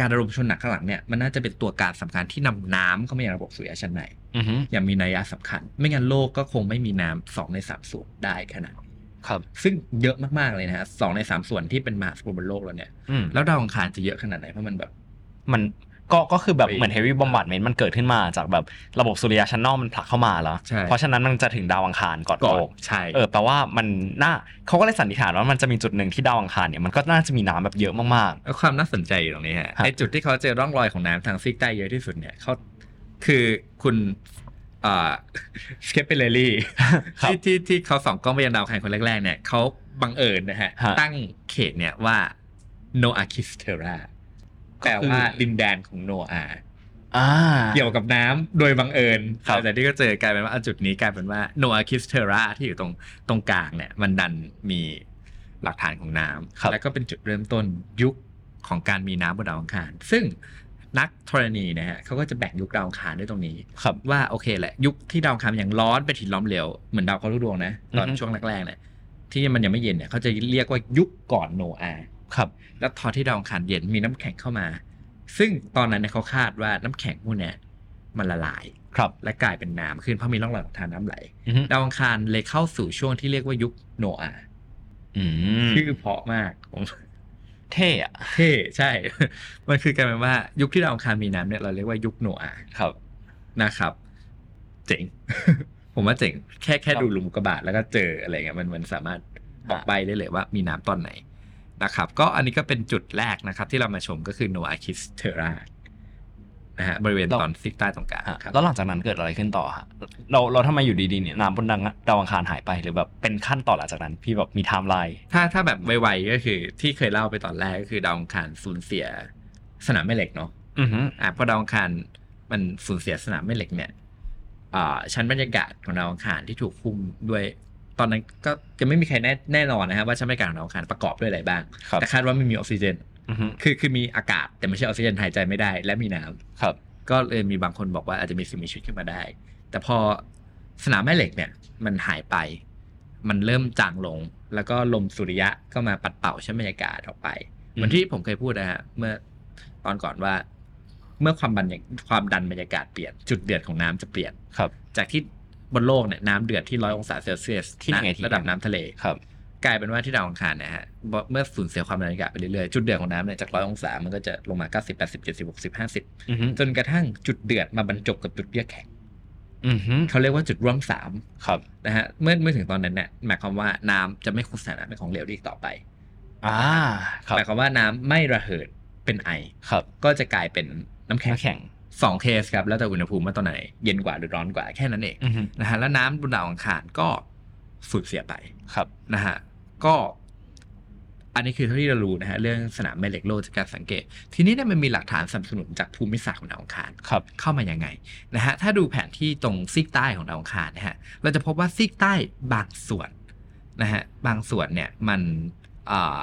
[SPEAKER 4] การระดมชนหนักข้างหลังเนี่ยมันน่าจะเป็นตัวการสำคัญที่นำน้ำเข้ามายังระบบสุริยะชั้นใน
[SPEAKER 3] อือฮึ
[SPEAKER 4] อย่างมีนัยยะสำคัญ ไม่งั้นโลกก็คงไม่มีน้ำสองในสามส่วนได้ขนาดนี้
[SPEAKER 3] ครับ
[SPEAKER 4] ซึ่งเยอะมากๆเลยนะฮะสองในสามส่วนที่เป็นมหาสมุทรบนโลกแล้วเนี่ย
[SPEAKER 3] อืม
[SPEAKER 4] แล้วดาวอังคารจะเยอะขนาดไหนเพราะมันแบบ
[SPEAKER 3] มันก็ก็คือแบบ
[SPEAKER 4] ไป
[SPEAKER 3] เหมือนเฮฟวี่บอมบาร์ดเมนมันเกิดขึ้นมาจากแบบระบบสุริยะชั้นนอกมันผลักเข้ามาแล้ว
[SPEAKER 4] ใช่
[SPEAKER 3] เพราะฉะนั้นมันจะถึงดาวอังคารก่อน
[SPEAKER 4] ก่อ
[SPEAKER 3] โล
[SPEAKER 4] น
[SPEAKER 3] ก
[SPEAKER 4] ใช่
[SPEAKER 3] เออแปลว่ามันน่าเขาก็เลยสันนิษฐานว่ามันจะมีจุดหนึ่งที่ดาวอังคารเนี่ยมันก็น่าจะมีน้ำแบบเยอะมาก
[SPEAKER 4] แล้วความน่าสนใจอยู่ตรงนี้ฮะ
[SPEAKER 3] ครับ
[SPEAKER 4] ในจุดที่เขาเจอร่องรอยของน้ำทางซีกใต้เยอะที่สุดเนี่ยเขาคือคุณอ่าสเกปเปเรลี่
[SPEAKER 3] ๆ ครับ
[SPEAKER 4] ที่ที่ที่เขาส่องกล้องไปยังดาวอังคารคนแรกๆเนี่ยเขาบังเอิญนะฮะ
[SPEAKER 3] ฮะ
[SPEAKER 4] ตั้งเขตเนี่ยว่า Noachis Terra
[SPEAKER 3] ก็
[SPEAKER 4] แปล
[SPEAKER 3] คือ
[SPEAKER 4] ว่าดินแดนของโนอา
[SPEAKER 3] อ่า
[SPEAKER 4] เกี่ยวกับน้ำโดยบังเอิญ
[SPEAKER 3] ครับ
[SPEAKER 4] แต่ที่ก็เจอกลายเป็นว่าอ่ะจุดนี้กลายเป็นว่า Noachis Terra ที่อยู่ตรงตรงกลางเนี่ย มันดันมีหลักฐานของน้ำ
[SPEAKER 3] ครับ
[SPEAKER 4] แล้วก็เป็นจุดเริ่มต้นยุคของการมีน้ำบนดาวอังคาร ซึ่งนักธรณีนะฮะเขาก็จะแบ่งยุคดาวอังคารด้วยตรงนี้
[SPEAKER 3] ครับ
[SPEAKER 4] ว่าโอเคแหละ ยุคที่ดาวอังคารยังร้อนเป็นหินล้อมเหลวเหมือนดาวเคราะห์ลูกดวงนะตอน
[SPEAKER 3] อือฮึ
[SPEAKER 4] ช่วงแรกๆเนี่ยที่มันยังไม่เย็นเนี่ยเขาจะเรียกว่ายุคก่อนโนอาห์
[SPEAKER 3] ครับ
[SPEAKER 4] แล้วตอนที่ดาวอังคารเย็นมีน้ำแข็งเข้ามา ซึ่งตอนนั้นเนี่ยเขาคาดว่าน้ำแข็งพวกเนี้ยมันละลาย
[SPEAKER 3] ครับ
[SPEAKER 4] และกลายเป็นน้ำขึ้นเพราะมีร่องรอยของทางน้ำไหล
[SPEAKER 3] อือฮึ
[SPEAKER 4] ดาวอังคารเลยเข้าสู่ช่วงที่เรียกว่ายุคโนอาห์
[SPEAKER 3] อืม
[SPEAKER 4] ชื่อเพราะมากผม
[SPEAKER 3] เท่อะ
[SPEAKER 4] เท่ใช่ มันคือกลายเป็นว่ายุคที่ดาวอังคารมีน้ำเนี่ยเราเรียกว่ายุคโนอาห์
[SPEAKER 3] ครับ
[SPEAKER 4] นะครับ เจ๋ง ผ ผมว่าเจ๋งแค่แค่
[SPEAKER 3] ครับ
[SPEAKER 4] ดูหลุมอุกกาบาตแล้วก็เจออะไรเงี้ยมันมันสามารถบอกใบได้เลยว่ามีน้ำตอนไหนนะครับ ก็อันนี้ก็เป็นจุดแรกนะครับ ที่เรามาชมก็คือโนอาคิสเทรานะฮะบริเวณตอนซีกใต้ตรงกลาง
[SPEAKER 3] ฮะ
[SPEAKER 4] ครับ
[SPEAKER 3] แล้วหลังจากนั้นเกิดอะไรขึ้นต่อฮะเราเราทำไมอยู่ดีๆเนี่ยน้ำบนดังดาวอังคารหายไปหรือแบบเป็นขั้นต่อหลังจากนั้นพี่แบบมีไทม์ไลน์
[SPEAKER 4] ถ้าถ้าแบบไวๆก็คือที่เคยเล่าไปตอนแรกก็คือดาวอังคารสูญเสียสนามแม่เหล็กเนาะ
[SPEAKER 3] อือฮึ
[SPEAKER 4] อ่ะเพราะดาวอังคารมันสูญเสียสนามแม่เหล็กเนี่ยอ่าชั้นบรรยากาศของดาวอังคารที่ถูกคุมด้วย ตอนนั้นก็จะไม่มีใครแน่แน่นอนนะครับว่าชั้นบรรยากาศของดาวอังคารประกอบด้วยอะไรบ้าง
[SPEAKER 3] ครับ
[SPEAKER 4] แต่คาดว่าไม่มีออกซิเจน
[SPEAKER 3] อือฮึ
[SPEAKER 4] คือคือมีอากาศแต่ไม่ใช่ออกซิเจนหายใจไม่ได้ และมีน้ำ
[SPEAKER 3] ครับ
[SPEAKER 4] ก็เลยมีบางคนบอกว่าอาจจะมีสิ่งมีชีวิตขึ้นมาได้ แต่พอสนามแม่เหล็กเนี่ยมันหายไป มันเริ่มจางลง แล้วก็ลมสุริยะก็มาปัดเป่าชั้นบรรยากาศออกไป
[SPEAKER 3] อืม
[SPEAKER 4] เหมือนที่ผมเคยพูดนะฮะเมื่อตอนก่อนว่า เมื่อความบันความดันบรรยากาศเปลี่ยนจุดเดือดของน้ำจะเปลี่ยน
[SPEAKER 3] ครับ
[SPEAKER 4] จากที่บนโลกเนี่ยน้ำเดือดที่ร้อยองศาเซลเซียส
[SPEAKER 3] ที่ไหนที่
[SPEAKER 4] ระดับน้ำทะเล
[SPEAKER 3] ครับ
[SPEAKER 4] กลายเป็นว่าที่ดาวอังคารเนะฮะเมื่อเมื่อสูญเสียความดันอากาศไปเรื่อยๆ จุดเดือดของน้ำเนี่ยจากร้อยองศา มันก็จะลงมา 90 80 70 60
[SPEAKER 3] อือฮึ
[SPEAKER 4] 50 จนกระทั่งจุดเดือดมาบรรจบกับจุดเยือกแข็ง
[SPEAKER 3] อือฮึ
[SPEAKER 4] เขาเรียกว่าจุดร่วมสาม
[SPEAKER 3] ครับ
[SPEAKER 4] นะฮะเมื่อเมื่อถึงตอนนั้นเนี่ยหมายความว่าน้ำจะไม่คุมสถานะเป็นของเหลวได้อีกต่อไป
[SPEAKER 3] อ่าครับ
[SPEAKER 4] หมายความว่าน้ำไม่ระเหิดเป็นไอ
[SPEAKER 3] ครับ
[SPEAKER 4] ก็จะกลายเป็นน้ำแข็ง
[SPEAKER 3] น้ำแข็ง
[SPEAKER 4] สองเคสครับแล้วแต่อุณหภูมิว่าตอนไหนเย็นกว่าหรือร้อนกว่าแค่นั้นเอง
[SPEAKER 3] อือฮึ
[SPEAKER 4] นะฮะแล้วน้ำบนดาวอังคารก็สูญเสียไป
[SPEAKER 3] ครับ
[SPEAKER 4] นะฮะก็อันนี้คือเท่าที่เรารู้นะฮะเรื่องสนามแม่เหล็กโลกจากการสังเกต ทีนี้เนี่ยมันมีหลักฐานสนับสนุนจากภูมิศาสตร์ของดาวอังคาร
[SPEAKER 3] ครับ
[SPEAKER 4] เข้ามายังไงนะฮะถ้าดูแผนที่ตรงซีกใต้ของดาวอังคารนะฮะเราจะพบว่าซีกใต้บางส่วนนะฮะบางส่วนเนี่ยมันอ่า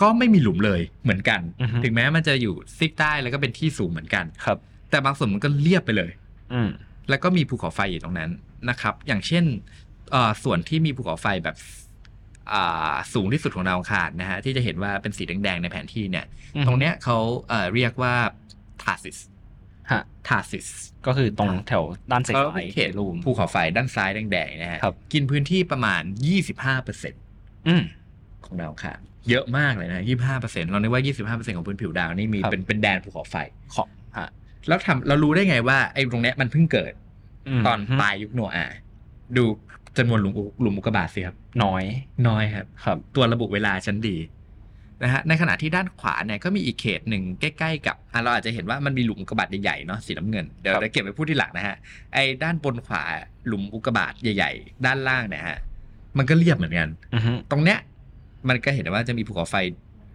[SPEAKER 4] ก็ไม่มีหลุมเลยเหมือนกัน
[SPEAKER 3] อือฮึ
[SPEAKER 4] ถึงแม้มันจะอยู่ซีกใต้แล้วก็เป็นที่สูงเหมือนกัน
[SPEAKER 3] ครับ
[SPEAKER 4] แต่บางส่วนมันก็เรียบไปเลย
[SPEAKER 3] อืม
[SPEAKER 4] แล้วก็มีภูเขาไฟอยู่ตรงนั้นนะครับ อย่างเช่นเอ่อส่วนที่มีภูเขาไฟแบบอ่าสูงที่สุดของดาวอังคารนะฮะที่จะเห็นว่าเป็นสีแดงๆในแผนที่เนี่ย ตรงเนี้ยเขาเอ่อเรียกว่าทาร์ซิส
[SPEAKER 3] ฮะ
[SPEAKER 4] ทาร์ซิส
[SPEAKER 3] ก็คือตรงแถวด้านซ้าย
[SPEAKER 4] เขาเป็นเขต
[SPEAKER 3] รูม
[SPEAKER 4] ภูเขาไฟด้านซ้ายแดงๆนะฮะ
[SPEAKER 3] ครับ
[SPEAKER 4] กินพื้นที่ประมาณ 25%
[SPEAKER 3] อืม
[SPEAKER 4] ของดาวอังคารเยอะมากเลยนะ25%เรานึกว่า 25%ของพื้นผิวดาวนี่มี
[SPEAKER 3] ครับ
[SPEAKER 4] เป็นเป็นแดนภูเขาไฟ
[SPEAKER 3] ของฮะ
[SPEAKER 4] แล้วทำเรารู้ได้ไงว่าไอ้ตรงเนี้ยมันเพิ่งเกิด
[SPEAKER 3] ม
[SPEAKER 4] ตอนปลายยุคโนอาห์ดูจำนวนหลุมอุหลุมอุกกาบาตสิครับ
[SPEAKER 3] น้อย
[SPEAKER 4] น้อยครับ
[SPEAKER 3] ครับ
[SPEAKER 4] ตัวระบุเวลาชั้นดีนะฮะในขณะที่ด้านขวาเนี่ยก็มีอีกเขตหนึ่งใกล้ๆกับอ่ะเราอาจจะเห็นว่ามันมีหลุมอุกกาบาตใหญ่ๆเนาะสีน้ำเงินเดี๋ยว
[SPEAKER 3] ครับ
[SPEAKER 4] เดี๋ยวเก็บไว้พูดที่หลังนะฮะไอ้ด้านบนขวาหลุมอุกกาบาตใหญ่ ๆ ด้านล่างเนี่ยฮะมันก็เรียบเหมือนกัน
[SPEAKER 3] อือฮึ
[SPEAKER 4] ตรงเนี้ยมันก็เห็นได้ว่าจะมีภูเขาไฟ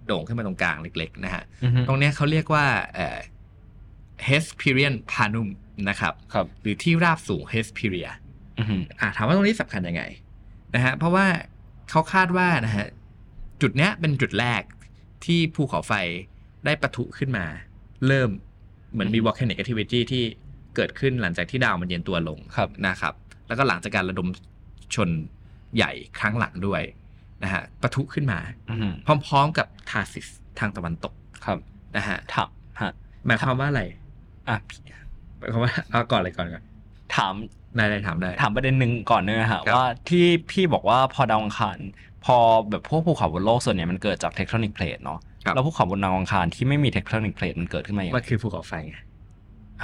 [SPEAKER 4] โด่งขึ้นมาตรงกลางเล็กๆนะฮะ
[SPEAKER 3] อือฮึ
[SPEAKER 4] ตรงเนี้ยเขาเรียกว่าเอ่อ Hesperian Planum นะครับ
[SPEAKER 3] ครับ
[SPEAKER 4] หรือที่ราบสูง Hesperia
[SPEAKER 3] อือฮึ
[SPEAKER 4] อ่ะถามว่าตรงนี้สำคัญยังไงนะฮะเพราะว่าเขาคาดว่านะฮะจุดเนี้ยเป็นจุดแรกที่ภูเขาไฟได้ปะทุขึ้นมา เริ่มเหมือนมี volcanic activity ที่เกิดขึ้นหลังจากที่ดาวมันเย็นตัวลง
[SPEAKER 3] ครับ
[SPEAKER 4] นะครับ แล้วก็หลังจากการระดมชนใหญ่ครั้งหลังด้วยนะฮะปะทุขึ้นมา
[SPEAKER 3] อือฮึ
[SPEAKER 4] พร้อมๆกับทาร์ซิสทางตะวันตก
[SPEAKER 3] ครับ
[SPEAKER 4] นะฮะ
[SPEAKER 3] ถามฮะ
[SPEAKER 4] หมายความว่าอะไร
[SPEAKER 3] อ่ะ
[SPEAKER 4] หมายความว่าเอาก่อนเลยก่อนก่อน
[SPEAKER 3] ถาม
[SPEAKER 4] นายนายถามได้
[SPEAKER 3] ถามประเด็นหนึ่งก่อนเนอะฮะ
[SPEAKER 4] ครับ
[SPEAKER 3] ว่าที่พี่บอกว่าพอดาวอังคารพอแบบพวกภูเขาบนโลกส่วนใหญ่มันเกิดจากเทคโทนิกเพลทเนาะ
[SPEAKER 4] ครับ
[SPEAKER 3] แล้วภูเขาบนดาวอังคารที่ไม่มีเทคโทนิกเพลทมันเกิดขึ้นมาอย่าง
[SPEAKER 4] มัน
[SPEAKER 3] ไร
[SPEAKER 4] คือภูเขาไฟไง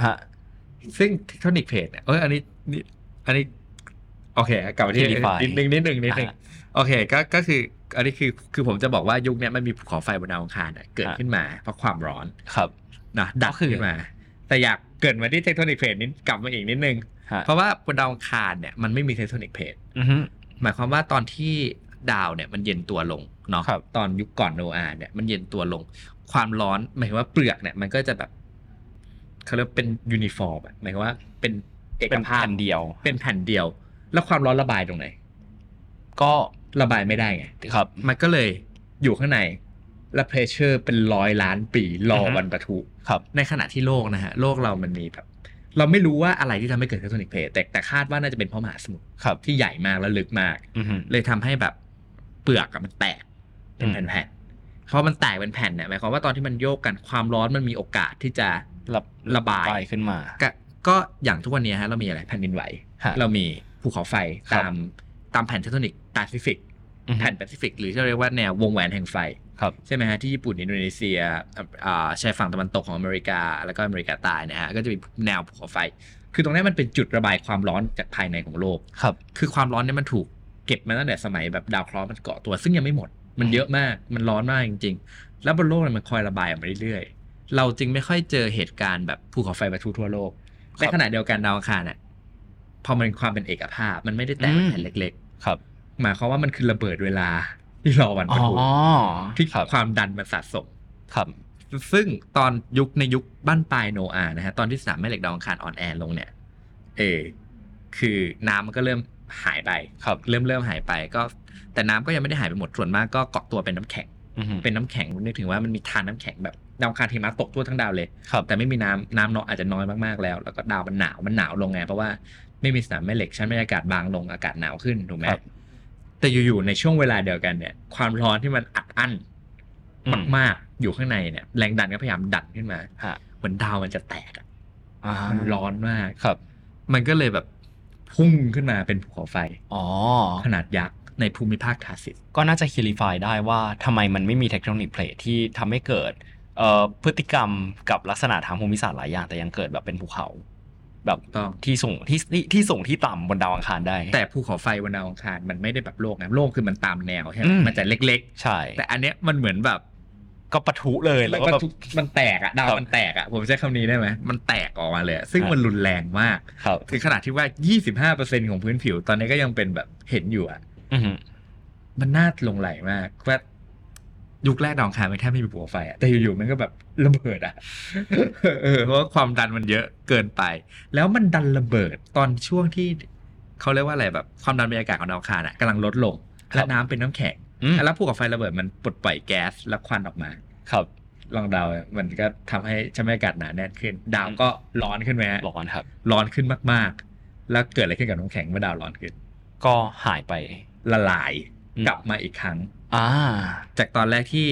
[SPEAKER 3] ฮะ
[SPEAKER 4] ซึ่งเทคโทนิกเพจเนี่ยเอยอันนี้นี่อันนี้ โอเคกลับมาที่
[SPEAKER 3] Unify
[SPEAKER 4] นิดนึงนิดนึงนิดนึง
[SPEAKER 3] อ่า
[SPEAKER 4] โอเคก็ก็คือ อันนี้คือคือผมจะบอกว่ายุคเนี้ยมันมีภูเขาไฟบนดาวอังคารเนี่ยเกิด
[SPEAKER 3] อ่า
[SPEAKER 4] ขึ้นมาเพราะความร้อน
[SPEAKER 3] ครับ
[SPEAKER 4] นะดับ
[SPEAKER 3] ก็คือ
[SPEAKER 4] ขึ้นมา แต่อยากเกิดมาที่เทคโทนิกเพจนิดกลับมาอีกนิดนึง
[SPEAKER 3] ฮะ
[SPEAKER 4] เพราะว่าบนดาวอังคารเนี่ยมันไม่มีเทคโทนิกเพจ
[SPEAKER 3] อือฮึ
[SPEAKER 4] หมายความว่าตอนที่ดาวเนี่ยมันเย็นตัวลงเนาะ
[SPEAKER 3] ครับ
[SPEAKER 4] ตอนยุคก่อนโนอาห์เนี่ยมันเย็นตัวลง ความร้อนหมายความว่าเปลือกเนี่ย มันก็จะแบบเขาเรียกว่าเป็นยูนิฟอร์มอะหมายความว่าเป็นเอก
[SPEAKER 3] เป็น
[SPEAKER 4] ภาพ
[SPEAKER 3] แผ่นเดียว
[SPEAKER 4] เป็นแผ่นเดียว แล้วความร้อนระบายตรงไหน
[SPEAKER 3] ก็
[SPEAKER 4] ระบายไม่ได้ไง
[SPEAKER 3] ครับ
[SPEAKER 4] มันก็เลยอยู่ข้างใน และเพรสเชอร์เป็นร้อยล้านปีรอวันประทุ
[SPEAKER 3] ครับ
[SPEAKER 4] ในขณะที่โลกนะฮะ โลกเรามันมีแบบ เราไม่รู้ว่าอะไรที่ทำให้เกิดเทคโทนิกเพจแต่แต่คาดว่าน่าจะเป็นเพราะมหาสมุทร
[SPEAKER 3] ครับ
[SPEAKER 4] ที่ใหญ่มากและลึกมาก
[SPEAKER 3] อือฮึ
[SPEAKER 4] เลยทำให้แบบเปลือกอะมันแตกเป็น
[SPEAKER 3] อืม
[SPEAKER 4] แผ่นๆเพราะมันแตกเป็นแผ่นเนี่ยหมายความว่าตอนที่มันโยกกันความร้อนมันมีโอกาสที่จะ
[SPEAKER 3] ระ
[SPEAKER 4] ระบาย
[SPEAKER 3] ขึ้นมา
[SPEAKER 4] ก็ก็อย่างทุกวันนี้ฮะเรามีอะไรแผ่นดินไหว
[SPEAKER 3] ฮะ
[SPEAKER 4] เรามีภูเขาไฟ
[SPEAKER 3] ครับ
[SPEAKER 4] ตามตามแผ่นเทคโทนิกแปซิฟิก
[SPEAKER 3] อือฮึ
[SPEAKER 4] แผ่นแปซิฟิก หรือที่เราเรียกว่าแนววงแหวนแห่งไฟ
[SPEAKER 3] ครับ
[SPEAKER 4] ใช่ไหมฮะ ที่ญี่ปุ่น อินโดนีเซียอ่าชายฝั่งตะวันตกของอเมริกา แล้วก็อเมริกาใต้นะฮะ ก็จะมีแนวภูเขาไฟ คือตรงเนี้ยมันเป็นจุดระบายความร้อนจากภายในของโลก
[SPEAKER 3] ครับ
[SPEAKER 4] คือความร้อนเนี่ยมันถูกเก็บมาตั้งแต่สมัยแบบดาวเคราะห์มันเกาะตัว ซึ่งยังไม่หมด มันเยอะมาก มันร้อนมากจริง ๆ แล้วบนโลกเนี่ยมันคอยระบายออกมาเรื่อยๆ เราจึงไม่ค่อยเจอเหตุการณ์แบบภูเขาไฟปะทุทั่วโลก
[SPEAKER 3] ครับ
[SPEAKER 4] ในขณะเดียวกันดาวอังคารเนี่ยพอมันความเป็นเอกภาพ มันไม่ได้แตกเป็น
[SPEAKER 3] อื
[SPEAKER 4] แผ่น
[SPEAKER 3] ม
[SPEAKER 4] เล็ก
[SPEAKER 3] ครับ
[SPEAKER 4] ๆ หมายความว่ามันคือระเบิดเวลาที่รอวันปะทุที่
[SPEAKER 3] ครับ
[SPEAKER 4] ความดันมันสะสม
[SPEAKER 3] ครับ
[SPEAKER 4] ซึ่งตอนยุคในยุคบ้านปลายโนอาห์นะฮะตอนที่สนามแม่เหล็กดาวอังคารออนแอร์ลงเนี่ย เออคือน้ำมันก็เริ่มหายไป
[SPEAKER 3] ครับ
[SPEAKER 4] เริ่มเริ่มหายไปก็แต่น้ำก็ยังไม่ได้หายไปหมดส่วนมากก็เกาะตัวเป็นน้ำแข็ง
[SPEAKER 3] อือฮึ
[SPEAKER 4] เป็นน้ำแข็งนึกถึงว่ามันมีทานน้ำแข็งแบบดาวอังคารหิมะตกทั่วทั้งดาวเลย
[SPEAKER 3] ครับ
[SPEAKER 4] แต่ไม่มีน้ำน้ำเนาะอาจจะน้อยมากๆแล้ว แล้วก็ดาวมันหนาวมันหนาวลงไงเพราะว่าไม่มีสนามแม่เหล็กชั้นบรรยากาศบางลงอากาศหนาวขึ้นถูกไหม
[SPEAKER 3] ครับ
[SPEAKER 4] แต่อยู่ๆในช่วงเวลาเดียวกันเนี่ย ความร้อนที่มันอัดอั้น
[SPEAKER 3] อืม
[SPEAKER 4] มากๆอยู่ข้างในเนี่ยแรงดันก็พยายามดันขึ้นมา
[SPEAKER 3] ฮะ
[SPEAKER 4] เหมือนดาวมันจะแตกอะ
[SPEAKER 3] อ่า
[SPEAKER 4] มันร้อนมาก
[SPEAKER 3] ครับ
[SPEAKER 4] มันก็เลยแบบพุ่งขึ้นมาเป็นภูเขาไฟ
[SPEAKER 3] อ๋อ
[SPEAKER 4] ขนาดยักษ์ในภูมิภาคทาร์ซิส
[SPEAKER 3] ก็น่าจะคิริฟายได้ว่าทำไมมันไม่มีเทคโนโลยีเพลทที่ทำให้เกิดเอ่อพฤติกรรมกับลักษณะทางภูมิศาสตร์หลายอย่าง แต่ยังเกิดแบบเป็นภูเขา แบบ
[SPEAKER 4] ถูกต้อง
[SPEAKER 3] ที่สูงที่ที่ที่สูงที่ต่ำบนดาวอังคารได้
[SPEAKER 4] แต่ภูเขาไฟบนดาวอังคารมันไม่ได้แบบโลกนะโลกคือมันตามแนวใช่ไหม
[SPEAKER 3] อืม
[SPEAKER 4] มันจะเล็ก
[SPEAKER 3] ใช่
[SPEAKER 4] ๆ แต่อันเนี้ยมันเหมือนแบบ
[SPEAKER 3] ก็ปะทุเลยแล้วก็
[SPEAKER 4] มัน
[SPEAKER 3] แบบ
[SPEAKER 4] ทุกมันแตกอะดาวมันแตกอะผมใช้คำนี้ได้ไหมมันแตกออกมาเลยอะซึ่ง
[SPEAKER 3] ครับ
[SPEAKER 4] มันรุนแรงมาก
[SPEAKER 3] ครับ
[SPEAKER 4] ถึงขนาดที่ว่า 25%ของพื้นผิว ตอนนี้ก็ยังเป็นแบบเห็นอยู่อะ
[SPEAKER 3] อือฮึ
[SPEAKER 4] มันน่าหลงไหลมากว่ายุคแรกดาวอังคารมันแทบไม่มีภูเขาไฟอะแต่อยู่ๆมันก็แบบระเบิดอะ เออเพราะว่าความดันมันเยอะเกินไป แล้วมันดันระเบิดตอนช่วงที่เขาเรียกว่าอะไรแบบความดันบรรยากาศของดาวอังคารอะกำลังลดลงและน้ำเป็นน้ำแข็ง
[SPEAKER 3] อืม
[SPEAKER 4] แล้วภูเขาไฟระเบิดมันปลดปล่อยแก๊สและควันออกมา
[SPEAKER 3] ครับ
[SPEAKER 4] ลองเดามันก็ทำให้ชั้นบรรยากาศหนาแน่นขึ้น ดาวก็ร้อนขึ้นไหมฮะ
[SPEAKER 3] ร้อนครับ
[SPEAKER 4] ร้อนขึ้นมากๆ แล้วเกิดอะไรขึ้นกับน้ำแข็งเมื่อดาวร้อนขึ้น
[SPEAKER 3] ก็หายไป
[SPEAKER 4] ละลาย
[SPEAKER 3] อืม
[SPEAKER 4] กลับมาอีกครั้ง
[SPEAKER 3] อ่า
[SPEAKER 4] จากตอนแรกที่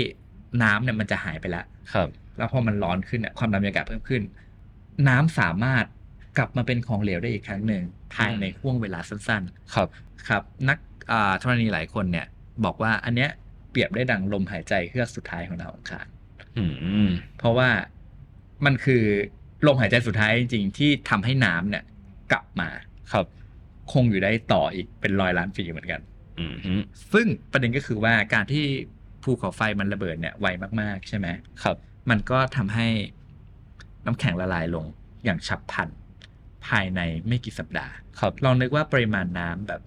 [SPEAKER 4] น้ำเนี่ยมันจะหายไปแล้ว
[SPEAKER 3] ครับ
[SPEAKER 4] แล้วพอมันร้อนขึ้นเนี่ยความดันบรรยากาศเพิ่มขึ้น น้ำสามารถกลับมาเป็นของเหลวได้อีกครั้งหนึ่งภายในห่วงเวลาสั้นๆ
[SPEAKER 3] ครับ
[SPEAKER 4] ครับนักอ่าธรณีหลายคนเนี่ยบอกว่าอันเนี้ยเปรียบได้ดังลมหายใจเฮือกสุดท้ายของดาวอังคาร
[SPEAKER 3] อืม
[SPEAKER 4] เพราะว่ามันคือลมหายใจสุดท้ายจริงๆที่ทำให้น้ำเนี่ยกลับมา
[SPEAKER 3] ครับ
[SPEAKER 4] คงอยู่ได้ต่ออีกเป็นร้อยล้านปีเหมือนกัน
[SPEAKER 3] อืมฮึ
[SPEAKER 4] ซึ่งประเด็นก็คือว่าการที่ภูเขาไฟมันระเบิดเนี่ยไวมากๆใช่ไหม
[SPEAKER 3] ครับ
[SPEAKER 4] มันก็ทำให้น้ำแข็งละลายลงอย่างฉับพลันภายในไม่กี่สัปดาห์
[SPEAKER 3] ครับ
[SPEAKER 4] ลองนึกว่าปริมาณน้ำแบบ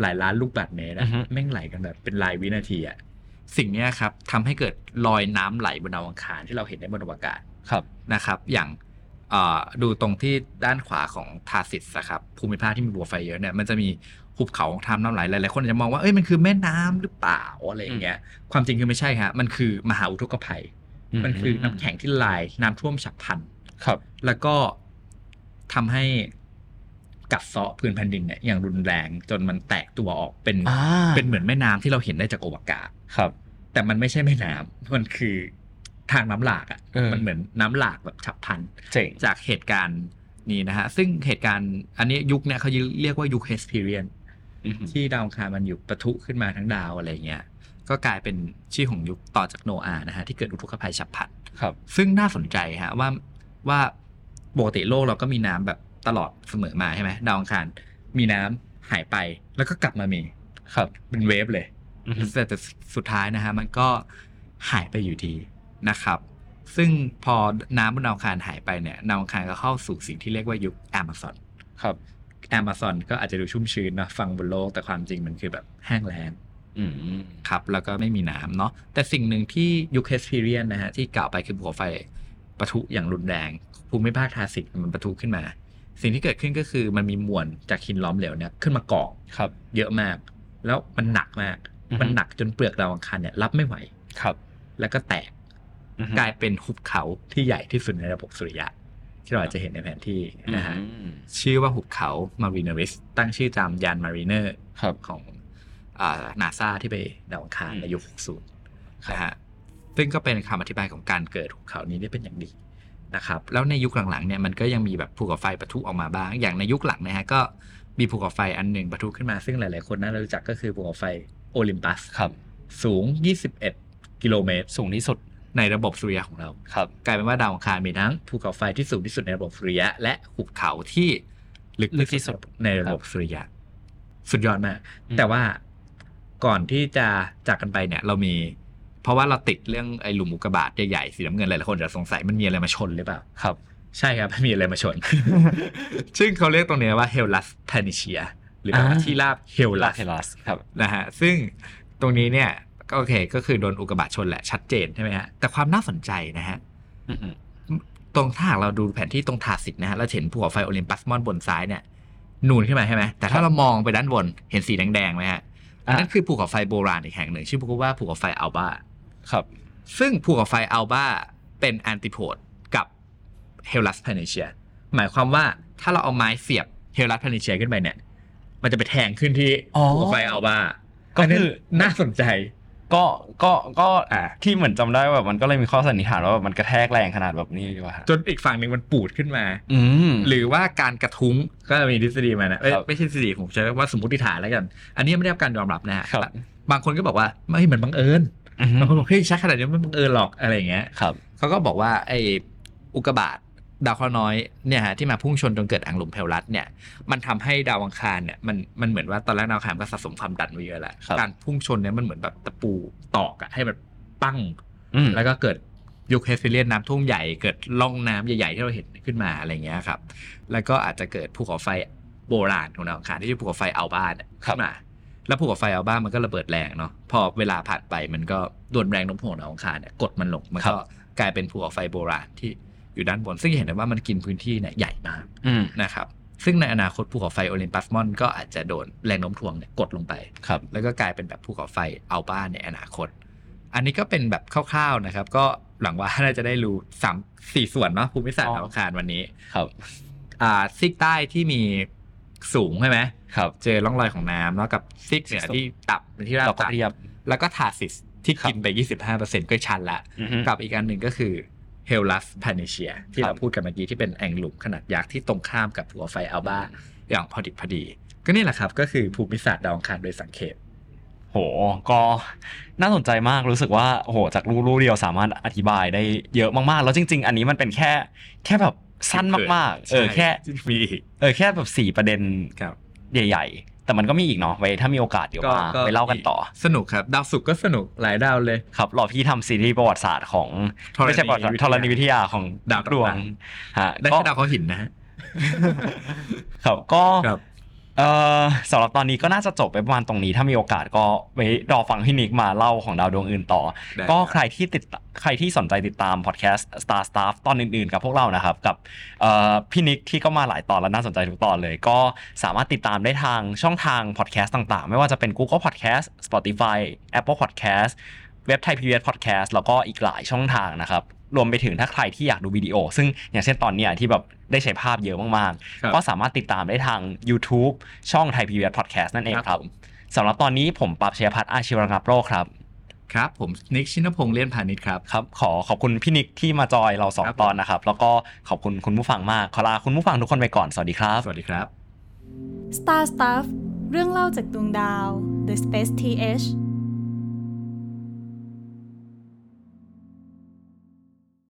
[SPEAKER 4] หลายล้านลูกบาศก์เมตร
[SPEAKER 3] อื
[SPEAKER 4] อะ
[SPEAKER 3] อฮึ
[SPEAKER 4] แม่งไหลกันแบบเป็นรายวินาทีอะสิ่งเนี้ยครับทำให้เกิดรอยน้ำไหลบนดาวอังคารที่เราเห็นได้บนอวกาศ
[SPEAKER 3] ครับ
[SPEAKER 4] นะครับ อย่างเอ่อดูตรงที่ด้านขวาของทาซิสอะครับภูมิภาคที่มีบัวไฟเยอะเนี่ยมันจะมีหุบเขาของทำน้ำไหลหลายๆคนอาจจะมองว่าเอ้ยมันคือแม่น้ำหรือเปล่าอะไรอย่างเงี้ย ความจริงคือไม่ใช่ฮะมันคือมหาอุทกภัย มันคือน้ำแข็งที่ละลายน้ำท่วมฉับพลัน
[SPEAKER 3] ครับ
[SPEAKER 4] แล้วก็ทำให้กัดเซาะพื้นแผ่นดินเนี่ยอย่างรุนแรงจนมันแตกตัวออกเป็น
[SPEAKER 3] อ่า
[SPEAKER 4] เป็นเหมือนแม่น้ำที่เราเห็นได้จากอวกาศ
[SPEAKER 3] ครับ
[SPEAKER 4] แต่มันไม่ใช่แม่น้ำมันคือทางน้ำหลากอะ่ะ
[SPEAKER 3] เออ
[SPEAKER 4] มันเหมือนน้ำหลากแบบฉับพลัน
[SPEAKER 3] เจ๋ง
[SPEAKER 4] จากเหตุการณ์นี้นะฮะ ซึ่งเหตุการณ์อันนี้ยุคเนี่ยเขาเรียกว่ายุคเฮสเ e เรียน
[SPEAKER 3] อือฮึ
[SPEAKER 4] ที่ดาวอังคารมันอยู่ปะทุขึ้นมาทั้งดาวอะไรเงี้ยก็กลายเป็นชื่อของยุคต่อจากโนอาห์นะฮะที่เกิดอุทกภัยฉับพลัน
[SPEAKER 3] ครับ
[SPEAKER 4] ซึ่งน่าสนใจฮะว่าว่าปกติโลกเราก็มีน้ำแบบตลอดเสมอมาใช่ไหมดาวอังคารมีน้ำหายไปแล้วก็กลับมามี
[SPEAKER 3] ครับ
[SPEAKER 4] เป็นเวฟเลย
[SPEAKER 3] อือฮึ
[SPEAKER 4] แต่แต่สุดท้ายนะฮะมันก็หายไปอยู่ดีนะครับ ซึ่งพอน้ำบนดาวอังคารหายไปเนี่ยดาวอังคารก็เข้าสู่สิ่งที่เรียกว่ายุคแอมะซอน
[SPEAKER 3] ครับ
[SPEAKER 4] แอมะซอนก็อาจจะดูชุ่มชื้นเนอะฟังบนโลกแต่ความจริงมันคือแบบแห้งแล้ง
[SPEAKER 3] อืม
[SPEAKER 4] ครับแล้วก็ไม่มีน้ำเนาะแต่สิ่งหนึ่งที่ยุคเฮสเ e เรียนนะฮะที่กล่าวไปคือภูเขาไฟปะทุอย่างรุนแรง ภูมิภาคทาสิกมันปะทุขึ้นมา สิ่งที่เกิดขึ้นก็คือมันมีมวลจากหินล้อมเหลวเนี่ยขึ้นมาเกาะ
[SPEAKER 3] ครับ
[SPEAKER 4] เยอะมาก แล้วมันหนักมาก
[SPEAKER 3] อือฮึ
[SPEAKER 4] มันหนักจนเปลือกดาวอังคารเนี่ยรับไม่ไหว
[SPEAKER 3] ครับ
[SPEAKER 4] แล้วก็แตก
[SPEAKER 3] อือฮึ
[SPEAKER 4] กลายเป็นหุบเขาที่ใหญ่ที่สุดในระบบสุริยะ ที่เราอาจจะเห็นในแผนที่นะฮะ
[SPEAKER 3] อืม
[SPEAKER 4] ชื่อว่าหุบเขามารีเนริสตั้งชื่อตามยานมารีเนอร์
[SPEAKER 3] ครับ
[SPEAKER 4] ของนาซาที่ไปดาวอังคาร
[SPEAKER 3] อืม
[SPEAKER 4] ในยุค 60 นะฮะ ซึ่งก็เป็นคำอธิบายของการเกิดภูเขานี้ได้เป็นอย่างดีนะครับ แล้วในยุคหลังๆเนี่ยมันก็ยังมีแบบภูเขาไฟปะทุออกมาบ้าง อย่างในยุคหลังนะฮะก็มีภูเขาไฟอันหนึ่งปะทุขึ้นมา ซึ่งหลายๆคนน่าจะรู้จักก็คือภูเขาไฟโอลิมปัส
[SPEAKER 3] ครับ
[SPEAKER 4] สูง 21 กิโลเมตร
[SPEAKER 3] สูงที่สุด
[SPEAKER 4] ในระบบสุริยะของเรา
[SPEAKER 3] ครับ
[SPEAKER 4] กลายเป็นว่าดาวอังคารมีทั้งภูเขาไฟที่สูงที่สุดในระบบสุริยะ และหุบเขาที่ลึก
[SPEAKER 3] ลึกที่สุด
[SPEAKER 4] ในระบบสุริยะ สุดยอดมาก
[SPEAKER 3] อืม
[SPEAKER 4] แต่ว่าก่อนที่จะจากกันไปเนี่ย เรามี เพราะว่าเราติดเรื่องไอ้หลุมอุกกาบาตใหญ่ๆสีน้ำเงินหลายๆคนจะสงสัยมันมีอะไรมาชนหรือเปล่า
[SPEAKER 3] ครับ
[SPEAKER 4] ใช่ครับ มีอะไรมาช น ซึ่งเขาเรียกตรงเนี้ยว่าเฮลลัสทานิเชียหรือแปลว่า
[SPEAKER 3] อ่า
[SPEAKER 4] ที่ราบเฮล
[SPEAKER 3] ลา
[SPEAKER 4] ลัส
[SPEAKER 3] เทลัสครับ
[SPEAKER 4] นะฮะซึ่งตรงนี้เนี่ยก็โอเคก็คือโดนอุกกาบาตชนแหละชัดเจนใช่ไหมฮะแต่ความน่าสนใจนะฮะ
[SPEAKER 3] อืม
[SPEAKER 4] ตรงถ้าหากเราดูแผนที่ตรงทาสิตนะฮะเราจะเห็นภูเขาไฟโอลิมปัสมอนบนซ้ายเนี่ยนูนขึ้นมาใช่ไหมแต่ถ้าเรามองไปด้านบนเห็นสีแดงๆไหมฮะอันนั้นคือภูเขาไฟโบราณอีกแห่งหนึ่ง ชื่อภูเขาว่าภูเขาไฟอัลบา
[SPEAKER 3] ๆครับ
[SPEAKER 4] ซึ่งภูเขาไฟอัลบาเป็นแอนติโพดกับเฮลัสพานิเชียหมายความว่าถ้าเราเอาไม้เสียบเฮลัสพานิเชียขึ้นไปเนี่ย มันจะไปแทงขึ้นที่
[SPEAKER 3] อ๋อ
[SPEAKER 4] ภูเขาไฟอัลบา
[SPEAKER 3] ก็
[SPEAKER 4] ก็คื
[SPEAKER 3] คือ อ
[SPEAKER 4] น่าสนใจ
[SPEAKER 3] ก็ก็ก็
[SPEAKER 4] อ่า
[SPEAKER 3] ที่เหมือนจำได้แบบมันก็เลยมีข้อสันนิษฐานว่าแบบมันกระแทกแรงขนาดแบบนี้ดีกว่าฮะ
[SPEAKER 4] จนอีกฝั่งหนึ่งมันปูดขึ้นมา
[SPEAKER 3] อืม
[SPEAKER 4] หรือว่าการกระทุ้งก็มีทฤษฎีมานะเอ้ย
[SPEAKER 3] ครับ
[SPEAKER 4] ไม่ใช่ทฤษฎีผมใช้ว่าสมมติฐานแล้วกัน อันนี้ไม่ได้รับการยอมรับนะฮะ
[SPEAKER 3] ครับ
[SPEAKER 4] บางคนก็บอกว่าไม่มันบังเอิญ
[SPEAKER 3] อืม
[SPEAKER 4] บางคนบอกเฮ้ยชักขนาดนี้มันบังเอิญหรอกอะไรอย่างเงี้ย
[SPEAKER 3] ครับ
[SPEAKER 4] เขาก็บอกว่าไอ้อุกกาบาตดาวเคราะห์น้อยเนี่ยฮะที่มาพุ่งชนจนเกิดอ่างหลุมเพลรัสเนี่ยมันทำให้ดาวอังคารเนี่ยมันมันเหมือนว่าตอนแรกดาวอังคารก็สะสมความดันไว้เยอะแหละการพุ่งชนเนี่ยมันเหมือนแบบตะปูตอกอะให้มันปั้ง
[SPEAKER 3] อืม
[SPEAKER 4] แล้วก็เกิดยุคเฮสเปเรียนน้ำท่วมใหญ่เกิดร่องน้ำใหญ่ ๆ ที่เราเห็นขึ้นมาอะไรเงี้ยครับ แล้วก็อาจจะเกิดภูเขาไฟโบราณของดาวอังคารที่ชื่อภูเขาไฟอัลบาเนี่ย
[SPEAKER 3] ครับ
[SPEAKER 4] ขึ้นมาแล้วภูเขาไฟอัลบามันก็ระเบิดแรงเนาะพอเวลาผ่านไปมันก็โดนแรงโน้มถ่วงของดาวอังคารเนี่ยกดมันลงมันก็กลายเป็นภูเขาไฟโบราณที่อยู่ด้านบน ซึ่งเห็นได้ว่ามันกินพื้นที่เนี่ยใหญ่มาก
[SPEAKER 3] อืม
[SPEAKER 4] นะครับซึ่งในอนาคตภูเขาไฟโอลิมปัสมอนก็อาจจะโดนแรงโน้มถ่วงเนี่ยกดลงไป
[SPEAKER 3] ครับ
[SPEAKER 4] แล้วก็กลายเป็นแบบภูเขาไฟอัลบ้าในอนาคต อันนี้ก็เป็นแบบคร่าวๆนะครับ ก็หลังว่า น่าจะได้รู้สามสี่ส่วนเนาะภูมิศาสตร์
[SPEAKER 3] อ๋อ
[SPEAKER 4] ดาวอังคารวันนี้
[SPEAKER 3] ครับ
[SPEAKER 4] อ่าซีกใต้ที่มีสูงใช่ไหม
[SPEAKER 3] ครับ
[SPEAKER 4] เจอร่องรอยของน้ำแล้วกับซีกเหนือที่ตับเป็นที่ราบ
[SPEAKER 3] เราก็
[SPEAKER 4] ตับ
[SPEAKER 3] เรียบ
[SPEAKER 4] แล้วก็ทาซิสที่
[SPEAKER 3] ครับ
[SPEAKER 4] กินไป 25%ก็ชันละ
[SPEAKER 3] อืม
[SPEAKER 4] กับอีกอันหนึ่งก็คือเฮลลัสพานิเชียที่
[SPEAKER 3] ครับ
[SPEAKER 4] เราพูดกันเมื่อกี้ที่เป็นแอ่งหลุมขนาดยักษ์ที่ตรงข้ามกับภูเขาไฟอัลบาอย่างพอดิบพอดี ก็นี่แหละครับก็คือภูมิศาสตร์ดาวอังคารโดยสังเขป
[SPEAKER 3] โห ก็น่าสนใจมากรู้สึกว่าโหจากรูรูเดียวสามารถอธิบายได้เยอะมากๆ แล้วจริง ๆ อันนี้มันเป็นแค่แค่แบบสั้นมากๆ เออแค่
[SPEAKER 4] มีอีก
[SPEAKER 3] เออแค่แบบสี่ประเด็น
[SPEAKER 4] ครับ
[SPEAKER 3] ใหญ่ ๆ แต่มันก็มีอีกเนาะไว้ถ้ามีโอกาสเดี๋ยวมาไปเล่ากันต่อ
[SPEAKER 4] สนุกครับ ดาวศุกร์ก็สนุกหลายดาวเลย
[SPEAKER 3] ครับรอพี่ทำซีรีส์ประวัติศาสตร์ของ
[SPEAKER 4] ธรณี
[SPEAKER 3] ไม่ใช่ประวัติศาสต
[SPEAKER 4] วิ
[SPEAKER 3] ร์
[SPEAKER 4] ทยา
[SPEAKER 3] ธรณีวิทยาของ
[SPEAKER 4] ดาวต่างๆ
[SPEAKER 3] ดวงฮะ
[SPEAKER 4] ได้
[SPEAKER 3] ก็
[SPEAKER 4] แค่ดาวเขาหินนะฮะ
[SPEAKER 3] ครับก็ เอ่อสำหรับตอนนี้ก็น่าจะจบไปประมาณตรงนี้ ถ้ามีโอกาสก็ไว้รอฟังพี่นิกมาเล่าของดาวดวงอื่นต่อ
[SPEAKER 4] ได้
[SPEAKER 3] ก็
[SPEAKER 4] ครับ
[SPEAKER 3] ใครที่ติดใครที่สนใจติดตามพอดแคสต์ Star Stuff ตอนอื่นๆ กับพวกเรานะครับ กับเอ่อพี่นิกที่ก็มาหลายตอนแล้วน่าสนใจทุกตอนเลย ก็สามารถติดตามได้ทางช่องทางพอดแคสต์ต่างๆ ไม่ว่าจะเป็น Google Podcast Spotify Apple Podcast เว็บไทยพีวีเอสพอดแคสต์แล้วก็อีกหลายช่องทางนะครับ รวมไปถึงถ้าใครที่อยากดูวิดีโอ ซึ่งอย่างเช่นตอนเนี้ยที่แบบได้ใช้ภาพเยอะมาก
[SPEAKER 4] ครับ
[SPEAKER 3] ๆ ก็สามารถติดตามได้ทาง YouTube ช่องไทยพีวีเอสพอดแคสต์นั่นเองครับสำหรับตอนนี้ผมปรับเชียพัฒน์อาชีวรังับโรคครับ
[SPEAKER 4] ครับผมนิกชินพงษ์เลี่ยนพาณิชย์ครับ
[SPEAKER 3] ครับขอขอบคุณพี่นิกที่มาจอยเราสอง
[SPEAKER 4] ครับ
[SPEAKER 3] ตอนนะครับ แล้วก็ขอบคุณคุณผู้ฟังมาก ขอลาคุณผู้ฟังทุกคนไปก่อน สวัสดีครับ
[SPEAKER 4] สวัสดีครับ
[SPEAKER 2] Star Stuff เรื่องเล่าจากดวงดาว The Space TH